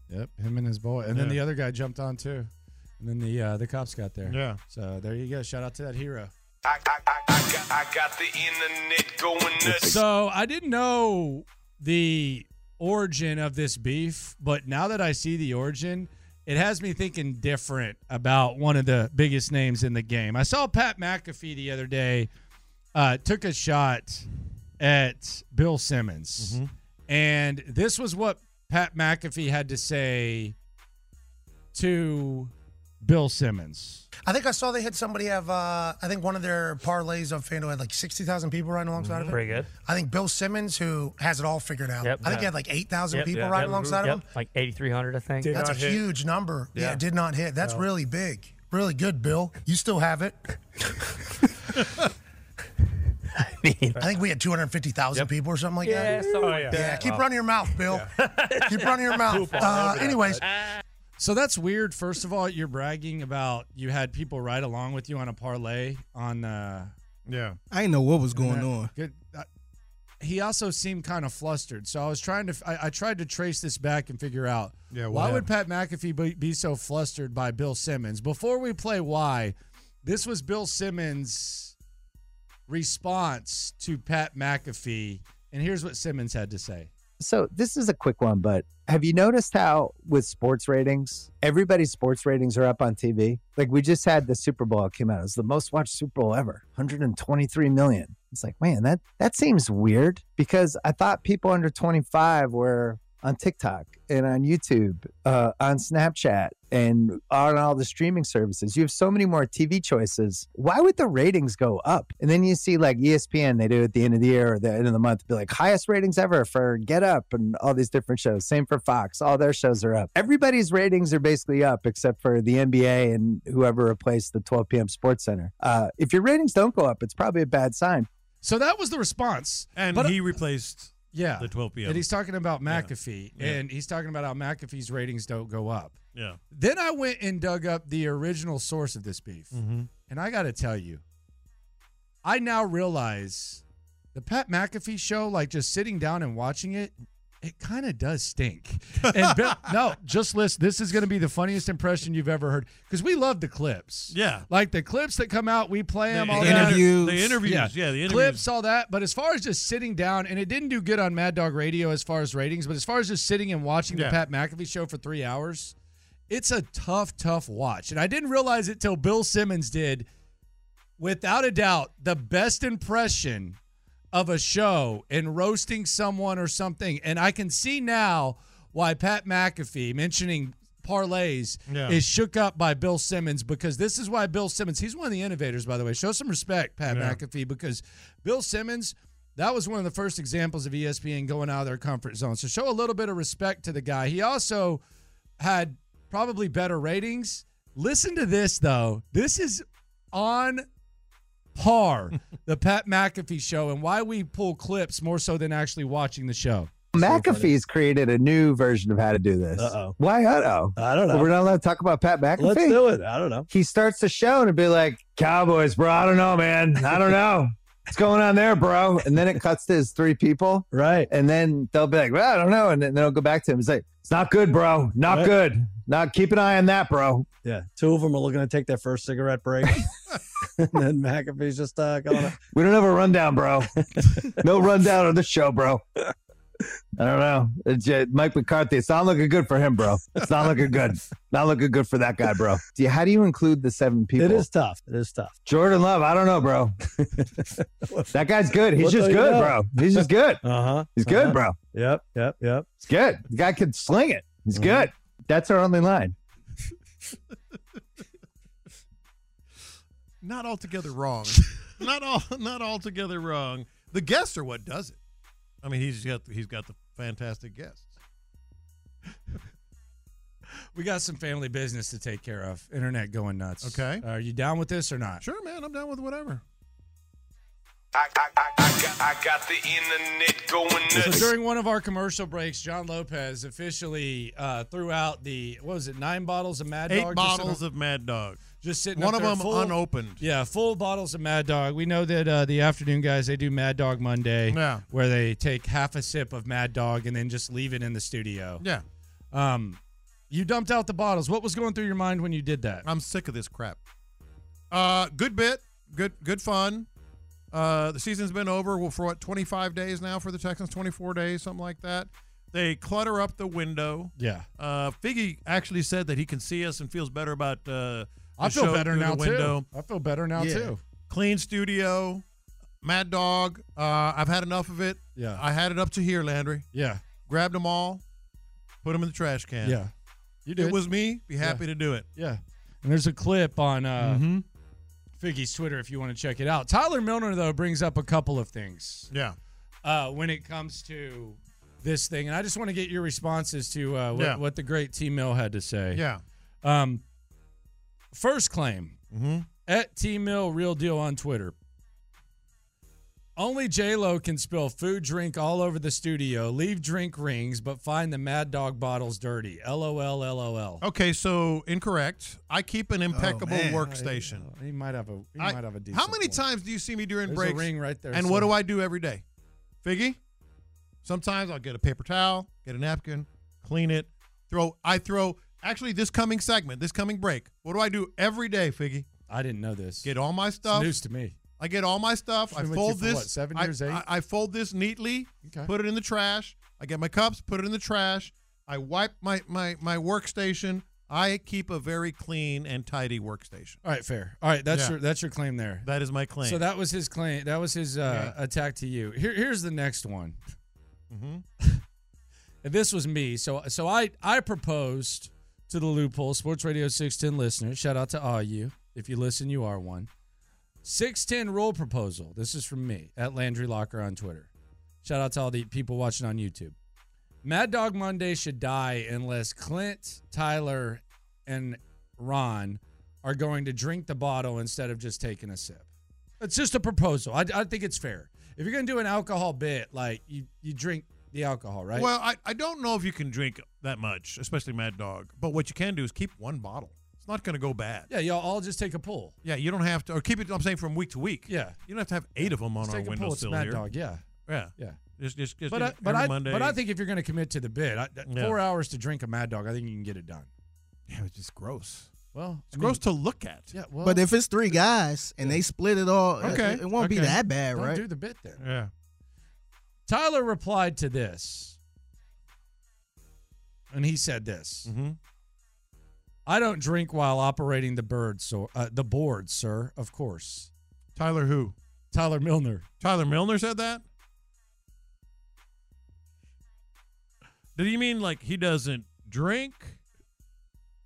Speaker 3: Yep, him and his boy, and then
Speaker 5: Yeah.
Speaker 3: the other guy jumped on too, and then the uh, the cops got there.
Speaker 5: Yeah.
Speaker 3: So there you go. Shout out to that hero.
Speaker 15: I, I, I, I, got, I got the internet going nuts.
Speaker 3: So I didn't know the origin of this beef, but now that I see the origin, it has me thinking different about one of the biggest names in the game. I saw Pat McAfee the other day uh, took a shot at Bill Simmons. And this was what Pat McAfee had to say to Bill Simmons.
Speaker 16: I think I saw they had somebody have. Uh, I think one of their parlays on FanDuel had like sixty thousand people riding alongside of it.
Speaker 17: Mm-hmm. Pretty good.
Speaker 16: I think Bill Simmons, who has it all figured out.
Speaker 17: Yep.
Speaker 16: I think he had like eight thousand people riding alongside of him.
Speaker 17: Like 8,300, I think.
Speaker 16: That's a huge number. Yeah.
Speaker 17: Yeah.
Speaker 16: it did not hit. That's
Speaker 17: No.
Speaker 16: really big. Really good, Bill. You still have it. I, think we had 250,000 people or something like
Speaker 17: Yeah,
Speaker 16: that.
Speaker 17: something
Speaker 1: Oh,
Speaker 17: like that. Oh,
Speaker 16: Yeah, keep
Speaker 17: Wow.
Speaker 16: running your mouth, Bill. keep running your mouth.
Speaker 3: Poop all
Speaker 16: Uh,
Speaker 3: over that
Speaker 16: anyways,
Speaker 3: So that's weird. First of all, you're bragging about you had people ride along with you on a parlay on. Uh,
Speaker 5: yeah,
Speaker 13: I didn't know what was going
Speaker 3: that-
Speaker 13: on.
Speaker 3: Good. I- he also seemed kind of flustered. So I was trying to, I, I tried to trace this back and figure out
Speaker 5: Yeah,
Speaker 3: why
Speaker 5: what
Speaker 3: would Pat McAfee be, be so flustered by Bill Simmons? Before we play why, this was Bill Simmons' response to Pat McAfee. And here's what Simmons had to say.
Speaker 18: So this is a quick one, but have you noticed how with sports ratings, everybody's sports ratings are up on TV? Like we just had the Super Bowl it came out. It was the most watched Super Bowl ever, 123 million. It's like, man, that that seems weird because I thought people under 25 were on TikTok and on YouTube, uh, on Snapchat, and on all the streaming services. You have so many more TV choices. Why would the ratings go up? And then you see like E ESPN, they do it at the end of the year or the end of the month, be like highest ratings ever for Get Up and all these different shows. Same for Fox, all their shows are up. Everybody's ratings are basically up except for the NBA and whoever replaced the 12 p.m. Sports Center. Uh, if your ratings don't go up, it's probably a bad sign.
Speaker 3: So that was the response.
Speaker 5: And
Speaker 3: But- uh,
Speaker 5: he replaced
Speaker 3: Yeah.
Speaker 5: the 12 p.m.
Speaker 3: And he's talking about
Speaker 5: Yeah.
Speaker 3: McAfee,
Speaker 5: Yeah.
Speaker 3: and he's talking about how McAfee's ratings don't go up.
Speaker 5: Yeah.
Speaker 3: Then I went and dug up the original source of this beef.
Speaker 5: Mhm.
Speaker 3: And I got to tell you, I now realize the Pat McAfee show, like just sitting down and watching it, it kind of does stink. And Bill, no, just listen. This is going to be the funniest impression you've ever heard because we love the clips.
Speaker 5: Yeah.
Speaker 3: Like the clips that come out, we play them
Speaker 5: The
Speaker 3: all
Speaker 5: interviews.
Speaker 3: that.
Speaker 5: The interviews, yeah, the interviews.
Speaker 3: Clips, all that. But as far as just sitting down, and it didn't do good on Mad Dog Radio as far as ratings, but as far as just sitting and watching
Speaker 5: Yeah.
Speaker 3: the Pat McAfee show for three hours, it's a tough, tough watch. And I didn't realize it till Bill Simmons did. Without a doubt, the best impression of a show and roasting someone or something. And I can see now why Pat McAfee mentioning parlays
Speaker 5: Yeah.
Speaker 3: is shook up by Bill Simmons because this is why Bill Simmons, he's one of the innovators, by the way. Show some respect, Pat
Speaker 5: Yeah.
Speaker 3: McAfee, because Bill Simmons, that was one of the first examples of E ESPN going out of their comfort zone. So show a little bit of respect to the guy. He also had probably better ratings. Listen to this, though. This is on par the Pat McAfee show and why we pull clips more so than actually watching the show.
Speaker 18: McAfee's created a new version of how to do this.
Speaker 3: Uh-oh.
Speaker 18: Why uh oh?
Speaker 3: I don't know.
Speaker 18: We're not allowed to talk about Pat McAfee.
Speaker 19: Let's do it. I don't know.
Speaker 18: He starts the show and it'd be like, Cowboys, bro. I don't know, man. I don't know. What's going on there, bro? And then it cuts to his three people. Right. And then they'll be like, well, I don't know. And then they'll go back to him. He's like, it's not good, bro. Not
Speaker 19: Right.
Speaker 18: good. Not keep an eye on that, bro.
Speaker 19: Yeah, two of them are looking to take their first cigarette break, and then McAfee's just uh, going.
Speaker 18: We don't have a rundown, bro. no rundown on the show, bro. I don't know. It's, uh, Mike McCarthy, it's not looking good for him, bro. It's not looking good. Not looking good for that guy, bro. Do you, how do you include the seven people?
Speaker 19: It is tough. It is tough.
Speaker 18: Jordan Love, I don't know, bro. that guy's good. He's
Speaker 19: What
Speaker 18: just
Speaker 19: do you
Speaker 18: good,
Speaker 19: know?
Speaker 18: bro. He's just good.
Speaker 19: Uh huh.
Speaker 18: He's good, bro.
Speaker 19: Yep. Yep. Yep.
Speaker 18: He's good. The guy can sling it.
Speaker 19: Mm-hmm.
Speaker 18: He's good. That's our only line.
Speaker 5: not altogether wrong. not all not altogether wrong. The guests are what does it. I mean, he's got he's got the fantastic guests.
Speaker 3: We got some family business to take care of. Internet going nuts.
Speaker 5: Okay.
Speaker 3: Are you down with this or not?
Speaker 5: Sure, man. I'm down with whatever.
Speaker 15: I, I, I, I, got, I got the internet going
Speaker 3: So
Speaker 15: nuts.
Speaker 3: during one of our commercial breaks, John Lopez officially uh, threw out the what was it, nine bottles of Mad
Speaker 5: Eight
Speaker 3: Dog? just sitting
Speaker 5: bottles
Speaker 3: on-
Speaker 5: of Mad Dog.
Speaker 3: just sitting.
Speaker 5: One
Speaker 3: up
Speaker 5: of
Speaker 3: there
Speaker 5: them
Speaker 3: full-
Speaker 5: unopened.
Speaker 3: Yeah, full bottles of Mad Dog. We know that uh, the afternoon guys they do Mad Dog Monday,
Speaker 5: Yeah.
Speaker 3: where they take half a sip of Mad Dog and then just leave it in the studio.
Speaker 5: Yeah.
Speaker 3: Um, you dumped out the bottles. What was going through your mind when you did that?
Speaker 5: I'm sick of this crap. Uh, good bit, good good fun. Uh, the season's been over well, for what 25 days now for the Texans, 24 days, something like that. They clutter up the window.
Speaker 3: Yeah.
Speaker 5: Uh, Figgy actually said that he can see us and feels better about. Uh, the
Speaker 3: I feel
Speaker 5: show
Speaker 3: better
Speaker 5: through
Speaker 3: now
Speaker 5: the window.
Speaker 3: too. I feel better now
Speaker 5: Yeah.
Speaker 3: too.
Speaker 5: Clean studio. Mad Dog. Uh, I've had enough of it.
Speaker 3: Yeah.
Speaker 5: I had it up to here, Landry.
Speaker 3: Yeah.
Speaker 5: Grabbed them all, put them in the trash can.
Speaker 3: Yeah. You did.
Speaker 5: It was me. Be happy
Speaker 3: Yeah.
Speaker 5: to do it.
Speaker 3: Yeah. And there's a clip on uh,
Speaker 5: Mhm.
Speaker 3: Figgy's Twitter if you want to check it out. Tyler Milner, though, brings up a couple of things.
Speaker 5: Yeah.
Speaker 3: Uh, when it comes to this thing, and I just want to get your responses to uh, what,
Speaker 5: Yeah.
Speaker 3: what the great T Mill had to say.
Speaker 5: Yeah.
Speaker 3: Um, first claim
Speaker 5: Mm-hmm.
Speaker 3: at T Mill Real Deal on Twitter. Only J Lo can spill food, drink all over the studio, leave drink rings, but find the Mad Dog bottles dirty. LOL, LOL.
Speaker 5: Okay, so incorrect. I keep an impeccable
Speaker 3: Oh, man.
Speaker 5: workstation.
Speaker 3: He might have a. He
Speaker 5: I-
Speaker 3: might have a decent.
Speaker 5: How many times do you see me during
Speaker 3: There's a
Speaker 5: breaks?
Speaker 3: ring right there
Speaker 5: And what do
Speaker 3: somewhere.
Speaker 5: I do every day? Figgy. Sometimes I'll get a paper towel, get a napkin, clean it, throw. I throw. Actually, this coming segment, this coming break, what do I do every day, Figgy?
Speaker 3: I didn't know this.
Speaker 5: Get all my stuff.
Speaker 3: news to me.
Speaker 5: I get all my stuff.
Speaker 3: It's
Speaker 5: I
Speaker 3: been with
Speaker 5: fold
Speaker 3: you for
Speaker 5: this.
Speaker 3: what, seven
Speaker 5: I-
Speaker 3: years, eight?
Speaker 5: I, I fold this neatly.
Speaker 3: Okay.
Speaker 5: Put it in the trash. I get my cups. Put it in the trash. I wipe my my my workstation. I keep a very clean and tidy workstation.
Speaker 3: All right, fair. All right, that's
Speaker 5: Yeah.
Speaker 3: your that's your claim there.
Speaker 5: That is my claim.
Speaker 3: So that was his claim. That was his uh, attack to you. Here, here's the next one.
Speaker 5: Mhm.
Speaker 3: And this was me. So so I I proposed to the loophole Sports Radio 610 listeners. Shout out to all you. If you listen, you are one. 610 rule proposal. This is from me at Landry Locker on Twitter. Shout out to all the people watching on YouTube. Mad Dog Monday should die unless Clint, Tyler, and Ron are going to drink the bottle instead of just taking a sip. It's just a proposal. I, I think it's fair. If you're going to do an alcohol bit, like you, you drink the alcohol, right?
Speaker 5: Well, I, I don't know if you can drink that much, especially Mad Dog. But what you can do is keep one bottle. It's not going to go bad.
Speaker 3: yeah, y'all all just take a pull.
Speaker 5: Yeah, you don't have to, or keep it. I'm saying from week to week.
Speaker 3: Yeah.
Speaker 5: you don't have to have eight of them on
Speaker 3: Just
Speaker 5: our
Speaker 3: take a pull. It's
Speaker 5: windowsill
Speaker 3: Mad
Speaker 5: here.
Speaker 3: Dog, yeah.
Speaker 5: yeah,
Speaker 3: Yeah.
Speaker 5: Just, just, just
Speaker 3: but
Speaker 5: you
Speaker 3: I,
Speaker 5: know,
Speaker 3: but
Speaker 5: every
Speaker 3: I,
Speaker 5: Monday.
Speaker 3: but I think if you're going to commit to the bid, I, that
Speaker 5: Yeah.
Speaker 3: four hours to drink a Mad Dog, I think you can get it done.
Speaker 5: yeah, it's just gross.
Speaker 3: Well,
Speaker 5: It's gross to look at.
Speaker 3: Yeah, well,
Speaker 13: but if it's three guys and they split it all,
Speaker 5: Okay,
Speaker 13: okay. it, it won't be
Speaker 5: okay.
Speaker 13: that bad,
Speaker 3: don't
Speaker 13: right?
Speaker 3: do the bit then.
Speaker 5: Yeah.
Speaker 3: Tyler replied to this, and he said this:
Speaker 5: Mm-hmm.
Speaker 3: "I don't drink while operating the bird, so uh, the board, sir. Of course."
Speaker 5: Tyler who?
Speaker 3: Tyler Milner.
Speaker 5: Tyler Milner said that. Did you mean like he doesn't drink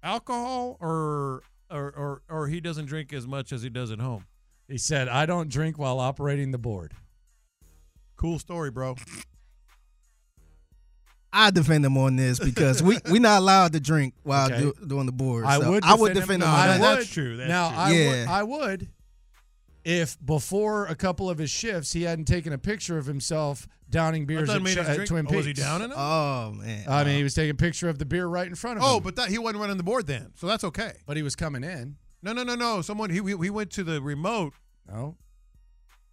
Speaker 5: alcohol, or or or, or he doesn't drink as much as he does at home?
Speaker 3: He said, "I don't drink while operating the board."
Speaker 5: Cool story, bro.
Speaker 13: I defend him on this because we we not allowed to drink while
Speaker 3: Okay.
Speaker 13: do, doing the board.
Speaker 3: I
Speaker 13: so
Speaker 3: would.
Speaker 13: I would
Speaker 3: defend
Speaker 13: defend him.
Speaker 3: him.
Speaker 13: on
Speaker 3: I
Speaker 13: that.
Speaker 3: would. now, I
Speaker 13: yeah.
Speaker 3: would. I would. If before a couple of his shifts, he hadn't taken a picture of himself downing beers
Speaker 5: doesn't
Speaker 3: at,
Speaker 5: mean
Speaker 3: Ch-
Speaker 5: he's
Speaker 3: at
Speaker 5: drink-
Speaker 3: Twin
Speaker 5: oh,
Speaker 3: Peaks.
Speaker 5: was he downing them?
Speaker 13: oh man.
Speaker 3: I mean, he was taking a picture of the beer right in front of him.
Speaker 5: Oh, but that he wasn't running the board then, so that's okay.
Speaker 3: but he was coming in.
Speaker 5: No, no, no, no. Someone he he he went to the remote.
Speaker 3: No,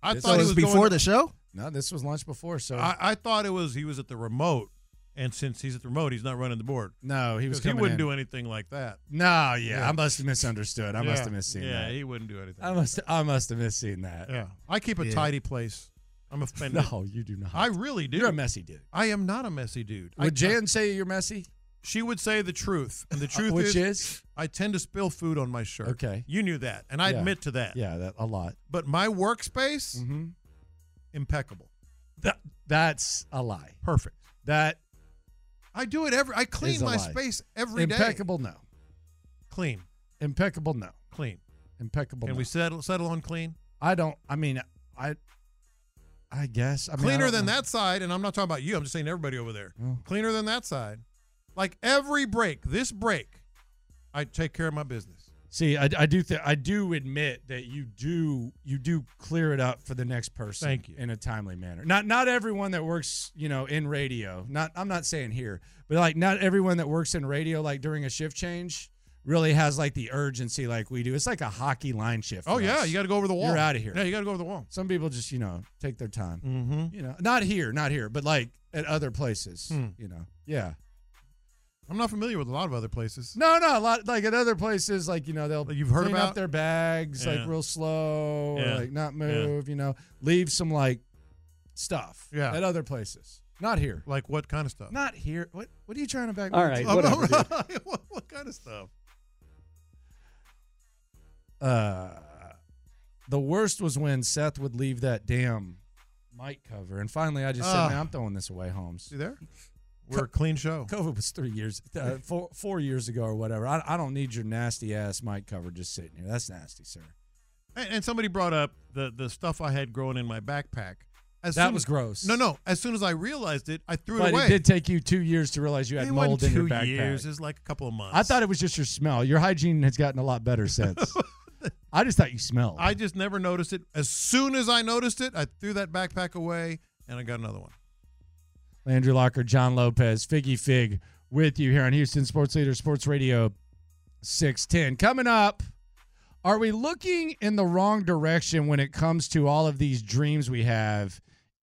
Speaker 5: I
Speaker 3: This
Speaker 5: thought
Speaker 13: so
Speaker 5: he
Speaker 13: it's
Speaker 5: was
Speaker 13: before
Speaker 5: going-
Speaker 13: the show.
Speaker 3: no, this was lunch before. So
Speaker 5: I, I thought it was he was at the remote, and since he's at the remote, he's not running the board.
Speaker 3: no, he was
Speaker 5: 'Cause he
Speaker 3: coming.
Speaker 5: wouldn't
Speaker 3: in.
Speaker 5: do anything like that.
Speaker 3: No, yeah,
Speaker 5: Yeah.
Speaker 3: I must have misunderstood. I must
Speaker 5: Yeah.
Speaker 3: have missed
Speaker 5: Yeah,
Speaker 3: that.
Speaker 5: he wouldn't do anything.
Speaker 3: I must. I must have missed seeing that.
Speaker 5: yeah, I keep a
Speaker 13: Yeah.
Speaker 5: tidy place. I'm offended.
Speaker 3: No, you do not.
Speaker 5: I really do.
Speaker 3: You're a messy dude.
Speaker 5: I am not a messy dude. I-
Speaker 3: Would
Speaker 5: I-
Speaker 3: Jan say you're messy?
Speaker 5: she would say the truth, and the
Speaker 3: Uh,
Speaker 5: truth
Speaker 3: which is,
Speaker 5: I tend to spill food on my shirt.
Speaker 3: Okay.
Speaker 5: you knew that, and I
Speaker 3: Yeah.
Speaker 5: admit to that.
Speaker 3: yeah, that a lot.
Speaker 5: but my workspace
Speaker 3: Mm-hmm.
Speaker 5: impeccable,
Speaker 3: That that's a lie.
Speaker 5: perfect.
Speaker 3: That
Speaker 5: I do it every. I clean
Speaker 3: is a
Speaker 5: my
Speaker 3: lie.
Speaker 5: space every day.
Speaker 3: impeccable. No,
Speaker 5: Clean.
Speaker 3: impeccable. No,
Speaker 5: Clean.
Speaker 3: impeccable.
Speaker 5: Can
Speaker 3: no.
Speaker 5: we settle settle on clean?
Speaker 3: I don't. I mean, I. I guess I mean, I
Speaker 5: Cleaner
Speaker 3: don't
Speaker 5: than
Speaker 3: know.
Speaker 5: that side, and I'm not talking about you. I'm just saying everybody over there.
Speaker 3: Oh.
Speaker 5: Cleaner than that side. Like every break, this break, I take care of my business.
Speaker 3: See, I, I do. Th- I do admit that you do. You do clear it up for the next person.
Speaker 5: Thank you.
Speaker 3: In a timely manner. Not not everyone that works, you know, in radio. Not I'm not saying here, but like not everyone that works in radio, like during a shift change, really has like the urgency like we do. It's like a hockey line shift.
Speaker 5: Oh
Speaker 3: for
Speaker 5: yeah,
Speaker 3: us.
Speaker 5: you got to go over the wall.
Speaker 3: You're outta here.
Speaker 5: Yeah, you got to go over the wall.
Speaker 3: Some people just you know take their time.
Speaker 5: Mm-hmm.
Speaker 3: You know, not here, not here, but like at other places.
Speaker 5: Hmm.
Speaker 3: You know, yeah.
Speaker 5: I'm not familiar with a lot of other places.
Speaker 3: No, no, a lot like at other places, like you know they'll
Speaker 5: That you've heard
Speaker 3: clean
Speaker 5: about?
Speaker 3: up their bags
Speaker 5: Yeah.
Speaker 3: like real slow
Speaker 5: Yeah.
Speaker 3: or like not move, you know, leave some like stuff.
Speaker 5: Yeah.
Speaker 3: at other places, not here,
Speaker 5: Like what kind of stuff?
Speaker 3: not here. What What are you trying to back?
Speaker 17: All right,
Speaker 5: I'm- I'm-
Speaker 17: whatever. dude.
Speaker 5: what, what kind of stuff?
Speaker 3: Uh, The worst was when Seth would leave that damn mic cover, and finally I just
Speaker 5: Ah.
Speaker 3: said, "Man, I'm throwing this away, Holmes."
Speaker 5: See there? We're a clean show.
Speaker 3: COVID was three years, uh, four four years ago or whatever. I, I don't need your nasty ass mic cover just sitting here. That's nasty, sir.
Speaker 5: And, and somebody brought up the the stuff I had growing in my backpack.
Speaker 3: That was gross.
Speaker 5: No, no. As soon as I realized it, I threw
Speaker 3: but
Speaker 5: it away.
Speaker 3: it did take you two years to realize you had
Speaker 5: It wasn't
Speaker 3: mold in your
Speaker 5: two
Speaker 3: backpack.
Speaker 5: years. It was like a couple of months.
Speaker 3: I thought it was just your smell. Your hygiene has gotten a lot better since. I just thought you smelled.
Speaker 5: I just never noticed it. As soon as I noticed it, I threw that backpack away and I got another one.
Speaker 3: Landry Locker, John Lopez, Figgy Fig with you here on Houston Sports Leader Sports Radio 610. Coming up, are we looking in the wrong direction when it comes to all of these dreams we have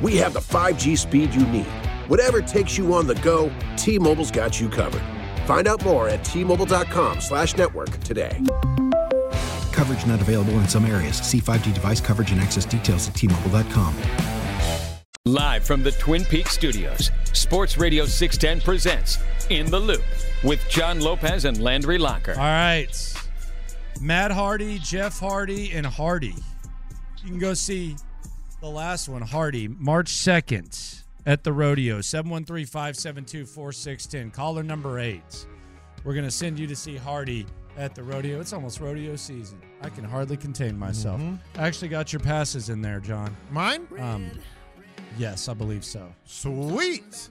Speaker 20: we have the 5G speed you need. Whatever takes you on the go, T Mobile's got you covered. Find out more at T Mobile.com slash network today.
Speaker 21: Coverage not available in some areas. See 5G device coverage and access details at tmobile.com.
Speaker 2: Live from the Twin Peaks studios, Sports Radio 610 presents In the Loop with John Lopez and Landry Locker.
Speaker 3: All right. Matt Hardy, Jeff Hardy, and Hardy. You can go see the last one, Hardy, March 2nd at the rodeo, 713 572 4610. Caller number eight. We're going to send you to see Hardy at the rodeo. It's almost rodeo season. I can hardly contain myself.
Speaker 5: Mhm.
Speaker 3: I actually got your passes in there, John.
Speaker 5: Mine?
Speaker 3: Um, yes, I believe so.
Speaker 5: Sweet.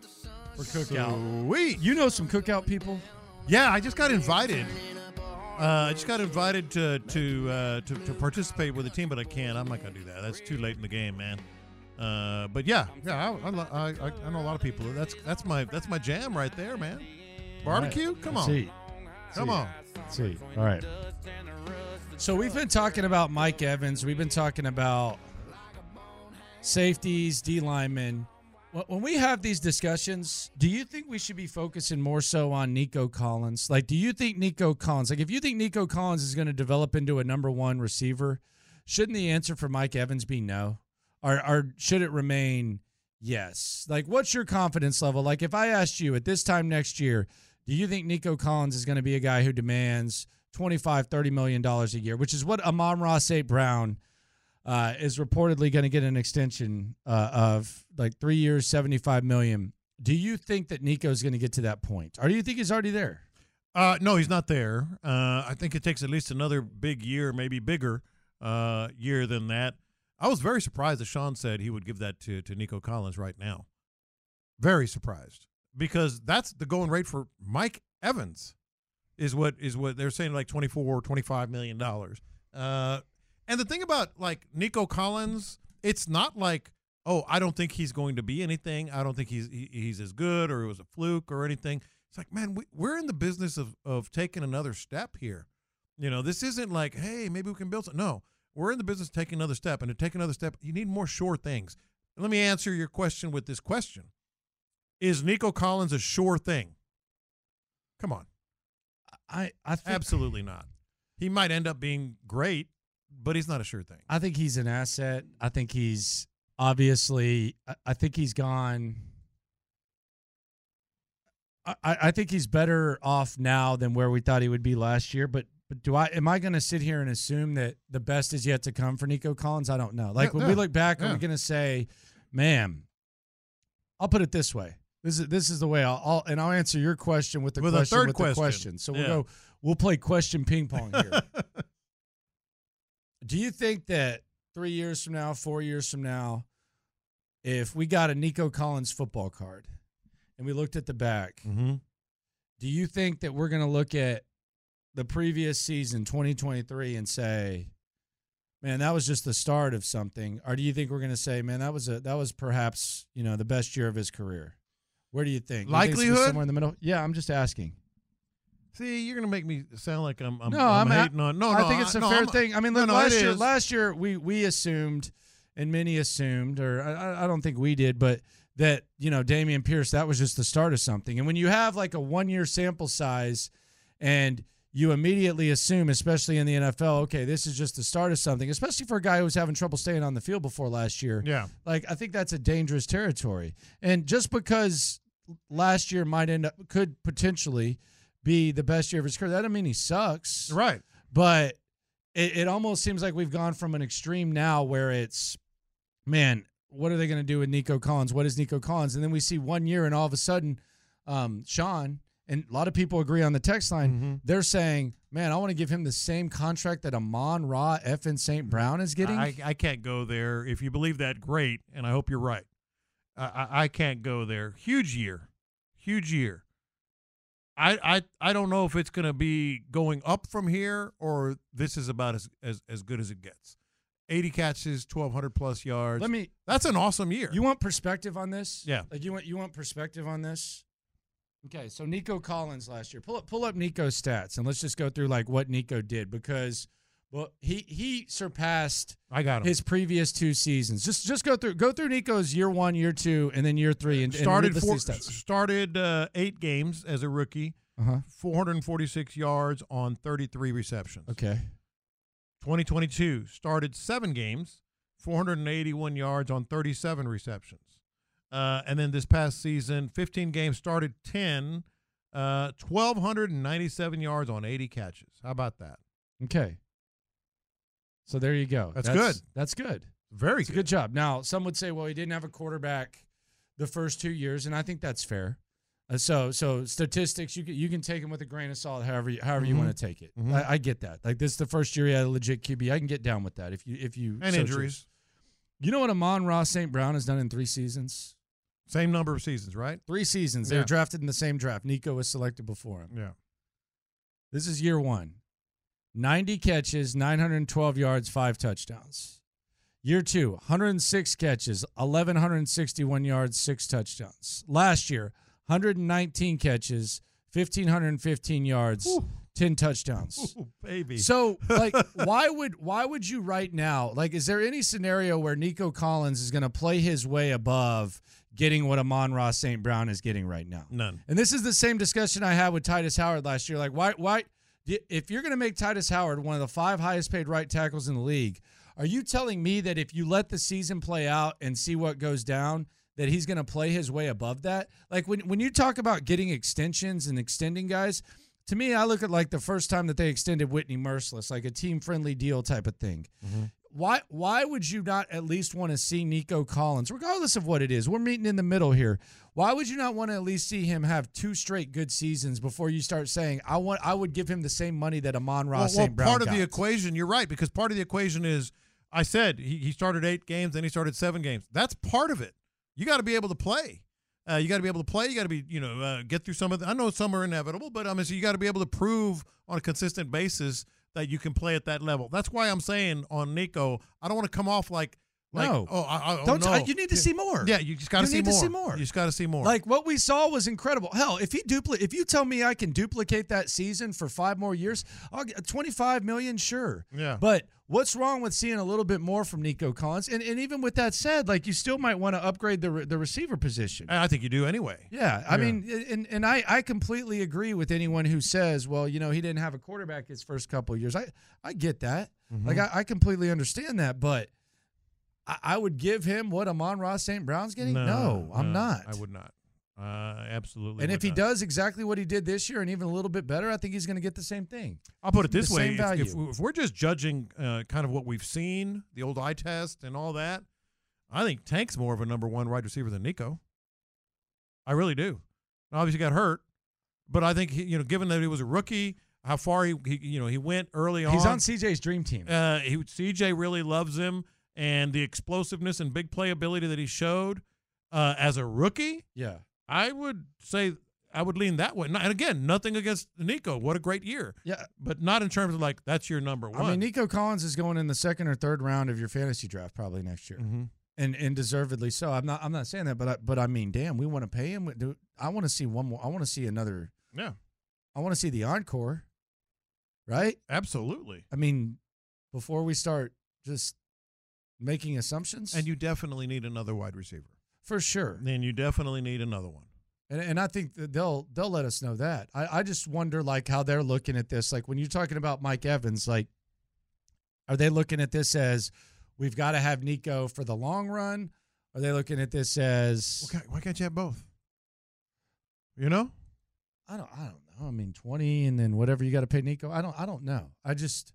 Speaker 3: For cookout.
Speaker 5: Sweet.
Speaker 3: You know some cookout people?
Speaker 5: Yeah, I just got invited. Uh, I just got invited to to, uh, to to participate with the team, but I can't. I'm not gonna do that. That's too late in the game, man. Uh, but yeah, yeah, I, I, lo- I, I I know a lot of people. That's that's my that's my jam right there, man. Barbecue,
Speaker 3: All right.
Speaker 5: come
Speaker 3: Let's
Speaker 5: on,
Speaker 3: eat.
Speaker 5: come
Speaker 3: Let's
Speaker 5: on.
Speaker 3: eat. Let's eat. All right. So we've been talking about Mike Evans. We've been talking about safeties, D linemen. Wh- When we have these discussions, do you think we should be focusing more so on Nico Collins? Like, do you think Nico Collins, like, if you think Nico Collins is going to develop into a number one receiver, shouldn't the answer for Mike Evans be no? Or, or should it remain yes? Like, what's your confidence level? Like, if I asked you at this time next year, do you think Nico Collins is going to be a guy who demands 25, 30 million dollars a year, which is what Amon Ross A. Brown uh, is reportedly going to get an extension uh, of like three years, 75 million. Do you think that Nico's going to get to that point? Or do you think he's already there?
Speaker 5: Uh, no, he's not there. Uh, I think it takes at least another big year, maybe bigger uh, year than that. I was very surprised that Sean said he would give that to, to Nico Collins right now. Very surprised because that's the going rate for Mike Evans is what is what they're saying like 24 or 25 million dollars. Uh, and the thing about like Nico Collins, it's not like oh I don't think he's going to be anything. I don't think he's he, he's as good or it was a fluke or anything. It's like man, we, we're in the business of of taking another step here. You know, this isn't like, hey, maybe we can build something. No, we're in the business of taking another step. And to take another step, you need more sure things. Let me answer your question with this question Is Nico Collins a sure thing? Come on.
Speaker 3: I, I
Speaker 5: Absolutely not. He might end up being great, but he's not a sure thing.
Speaker 3: I think he's an asset. I think he's obviously. I, I think he's gone. I, I I think he's better off now than where we thought he would be last year. But but do I am I going to sit here and assume that the best is yet to come for Nico Collins? I don't know. Like
Speaker 5: Yeah,
Speaker 3: when
Speaker 5: yeah,
Speaker 3: we look back, are
Speaker 5: yeah.
Speaker 3: we going to say, "Man"? I'll put it this way. This is this is the way I'll, I'll and I'll answer your question with the
Speaker 5: With a
Speaker 3: question
Speaker 5: third
Speaker 3: with the
Speaker 5: question.
Speaker 3: question. So
Speaker 5: Yeah.
Speaker 3: we'll go. We'll play question ping pong here. Do you think that three years from now, four years from now, if we got a Nico Collins football card and we looked at the back, do you think that we're going to look at the previous season, 2023, and say, man, that was just the start of something? Or do you think we're going to say, man, that was a that was perhaps you know the best year of his career? Where do you think? Do you think it's gonna be
Speaker 5: Likelihood?
Speaker 3: somewhere in the middle? Yeah, I'm just asking.
Speaker 5: See, you're gonna make me sound like I'm. I'm
Speaker 3: no,
Speaker 5: I'm
Speaker 3: I'm, a-
Speaker 5: hating on. No,
Speaker 3: I
Speaker 5: no,
Speaker 3: think it's a
Speaker 5: no,
Speaker 3: fair
Speaker 5: I'm-
Speaker 3: thing. I mean,
Speaker 5: no,
Speaker 3: look,
Speaker 5: no,
Speaker 3: last
Speaker 5: it
Speaker 3: year,
Speaker 5: is.
Speaker 3: last year we we assumed, and many assumed, or I- I, I don't think we did, but that you know Damian Pierce that was just the start of something. And when you have like a one year sample size, and you immediately assume, especially in the NFL, okay, this is just the start of something, especially for a guy who was having trouble staying on the field before last year.
Speaker 5: Yeah.
Speaker 3: Like I think that's a dangerous territory. And just because last year might end up could potentially be the best year of his career, that doesn't mean he sucks.
Speaker 5: Right.
Speaker 3: But it, it almost seems like we've gone from an extreme now where it's man, what are they going to do with Nico Collins? What is Nico Collins? And then we see one year, and all of a sudden, um, Sean and a lot of people agree on the text line.
Speaker 5: Mm-hmm.
Speaker 3: They're saying, "Man, I want to give him the same contract that Amon Ra F and St. Brown is getting."
Speaker 5: I, I can't go there. If you believe that, great, and I hope you're right. I, I, I can't go there. Huge year, huge year. I, I I don't know if it's going to be going up from here or this is about as, as, as good as it gets. 80 catches, 1,200 plus yards.
Speaker 3: Let me.
Speaker 5: That's an awesome year.
Speaker 3: You want perspective on this?
Speaker 5: Yeah.
Speaker 3: Like you want you want perspective on this? Okay, so Nico Collins last year. Pull up pull up Nico's stats and let's just go through like what Nico did because well he he surpassed
Speaker 5: I got him.
Speaker 3: his previous two seasons. Just just go through go through Nico's year one, year two, and then year three and and
Speaker 5: started
Speaker 3: list
Speaker 5: four,
Speaker 3: these stats.
Speaker 5: started uh, eight games as a rookie,
Speaker 3: Uh-huh.
Speaker 5: 446 yards on 33 receptions.
Speaker 3: Okay.
Speaker 5: 2022 started seven games, 481 yards on 37 receptions. Uh, and then this past season, 15 games started 10, uh, 1,297 yards on 80 catches. How about that?
Speaker 3: Okay. So there you go.
Speaker 5: That's good.
Speaker 3: That's good.
Speaker 5: Very
Speaker 3: It's a good job. Now, some would say, well, he didn't have a quarterback the first two years, and I think that's fair. Uh, so, so statistics you can, you can take them with a grain of salt, however you, however you
Speaker 5: Mhm.
Speaker 3: want to take it.
Speaker 5: Mhm.
Speaker 3: I, I get that. Like this is the first year he had a legit QB. I can get down with that if you if you
Speaker 5: And
Speaker 3: so
Speaker 5: injuries.
Speaker 3: choose. You know what Amon Ross St. Brown has done in three seasons?
Speaker 5: Same number of seasons, right?
Speaker 3: Three seasons. They were
Speaker 5: Yeah.
Speaker 3: drafted in the same draft. Nico was selected before him.
Speaker 5: Yeah.
Speaker 3: This is year one. 90 catches, 912 yards, five touchdowns. Year two, 106 catches, 1,161 yards, six touchdowns. Last year, 119 catches, 1,515 yards, 10 touchdowns.
Speaker 5: Baby.
Speaker 3: So, like, why would why would you right now? Like, is there any scenario where Nico Collins is going to play his way above getting what Amon Ross St. Brown is getting right now?
Speaker 5: None.
Speaker 3: And this is the same discussion I had with Titus Howard last year. Like, why, why, if you're going to make Titus Howard one of the five highest paid right tackles in the league, are you telling me that if you let the season play out and see what goes down, that he's going to play his way above that? Like, when, when you talk about getting extensions and extending guys, to me, I look at like the first time that they extended Whitney Merciless, like a team friendly deal type of thing
Speaker 5: Mm-hmm.
Speaker 3: why why would you not at least want to see Nico Collins, regardless of what it is? We're meeting in the middle here. Why would you not want to at least see him have two straight good seasons before you start saying I want I would give him the same money that Amon Ross
Speaker 5: Well, well,
Speaker 3: St. Brown
Speaker 5: part of
Speaker 3: got?
Speaker 5: the equation, you're right, because part of the equation is I said he, he started eight games, then he started seven games. That's part of it. You got to be able to play. Uh, you got to be able to play. You got to be, you know, uh, get through some of. The, I know some are inevitable, but I mean, so you got to be able to prove on a consistent basis that you can play at that level. That's why I'm saying on Nico, I don't want to come off like Like,
Speaker 3: no.
Speaker 5: oh, I- I- oh,
Speaker 3: Don't
Speaker 5: no.
Speaker 3: uh, you need to
Speaker 5: Yeah.
Speaker 3: see more.
Speaker 5: Yeah, you just gotta
Speaker 3: You
Speaker 5: see
Speaker 3: need to see
Speaker 5: more.
Speaker 3: more.
Speaker 5: You just gotta see more.
Speaker 3: Like what we saw was incredible. Hell, if he duplicate, if you tell me I can duplicate that season for five more years, I'll get 25 million, sure.
Speaker 5: Yeah.
Speaker 3: But what's wrong with seeing a little bit more from Nico Collins? And, and even with that said, like you still might want to upgrade the re- the receiver position.
Speaker 5: I think you do anyway.
Speaker 3: Yeah, I mean, and and I I completely agree with anyone who says, well, you know, he didn't have a quarterback his first couple of years. I I get that.
Speaker 5: Mhm.
Speaker 3: Like I, I completely understand that, but I, I would give him what Amon Ross St. Brown's getting. No, I'm
Speaker 5: no,
Speaker 3: not.
Speaker 5: I would not. Uh, absolutely.
Speaker 3: And
Speaker 5: would
Speaker 3: if he
Speaker 5: not.
Speaker 3: does exactly what he did this year and even a little bit better, I think he's going to get the same thing.
Speaker 5: I'll put it
Speaker 3: The
Speaker 5: this way:
Speaker 3: same
Speaker 5: if-
Speaker 3: value.
Speaker 5: if, if we're just judging uh, kind of what we've seen, the old eye test and all that, I think Tank's more of a number one wide receiver than Nico. I really do. And Obviously, got hurt, but I think he, you know, given that he was a rookie, how far he, he you know he went early on.
Speaker 3: he's on CJ's dream team.
Speaker 5: Uh, he, CJ really loves him, and the explosiveness and big playability that he showed uh, as a rookie.
Speaker 3: Yeah.
Speaker 5: I would say I would lean that way. Not- And again, nothing against Nico. What a great year.
Speaker 3: Yeah.
Speaker 5: But not in terms of like that's your number one.
Speaker 3: I mean, Nico Collins is going in the second or third round of your fantasy draft probably next year,
Speaker 5: Mm-hmm.
Speaker 3: and and deservedly so. I'm not I'm not saying that, but I, but I mean, damn, we want to pay him. Dude, I want to see one more. I want to see another.
Speaker 5: yeah,
Speaker 3: I want to see the encore, right?
Speaker 5: absolutely.
Speaker 3: I mean, before we start just making assumptions,
Speaker 5: And you definitely need another wide receiver.
Speaker 3: for sure.
Speaker 5: Then you definitely need another one.
Speaker 3: And, and I think that they'll they'll let us know that. I, I just wonder like how they're looking at this. Like when you're talking about Mike Evans, like are they looking at this as we've got to have Nico for the long run? Are they looking at this as
Speaker 5: Okay, why can't you have both? You know?
Speaker 3: I don't I don't know. I mean twenty and then whatever you got to pay Nico. I don't I don't know. I just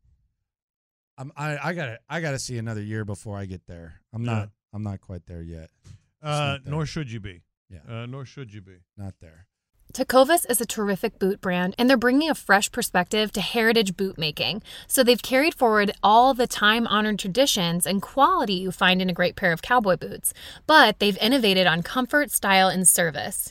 Speaker 3: I'm I, I gotta I gotta see another year before I get there. I'm
Speaker 5: Yeah.
Speaker 3: not I'm not quite there yet. Just
Speaker 5: Uh,
Speaker 3: not there.
Speaker 5: nor should you be.
Speaker 3: Yeah.
Speaker 5: Uh, nor should you be.
Speaker 3: not there.
Speaker 8: Tecovas is a terrific boot brand, and they're bringing a fresh perspective to heritage boot making. So they've carried forward all the time honored traditions and quality you find in a great pair of cowboy boots, but they've innovated on comfort, style, and service.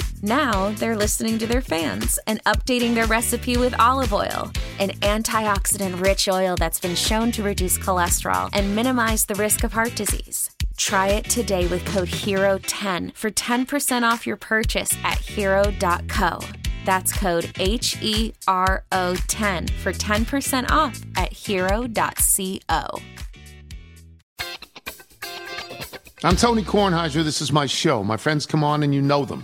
Speaker 22: Now they're listening to their fans and updating their recipe with olive oil, an antioxidant rich oil that's been shown to reduce cholesterol and minimize the risk of heart disease. Try it today with code HERO10 for 10% off your purchase at hero.co. That's code H E R O 10 for 10% off at hero.co.
Speaker 23: I'm Tony Kornheiser. This is my show. My friends come on and you know them.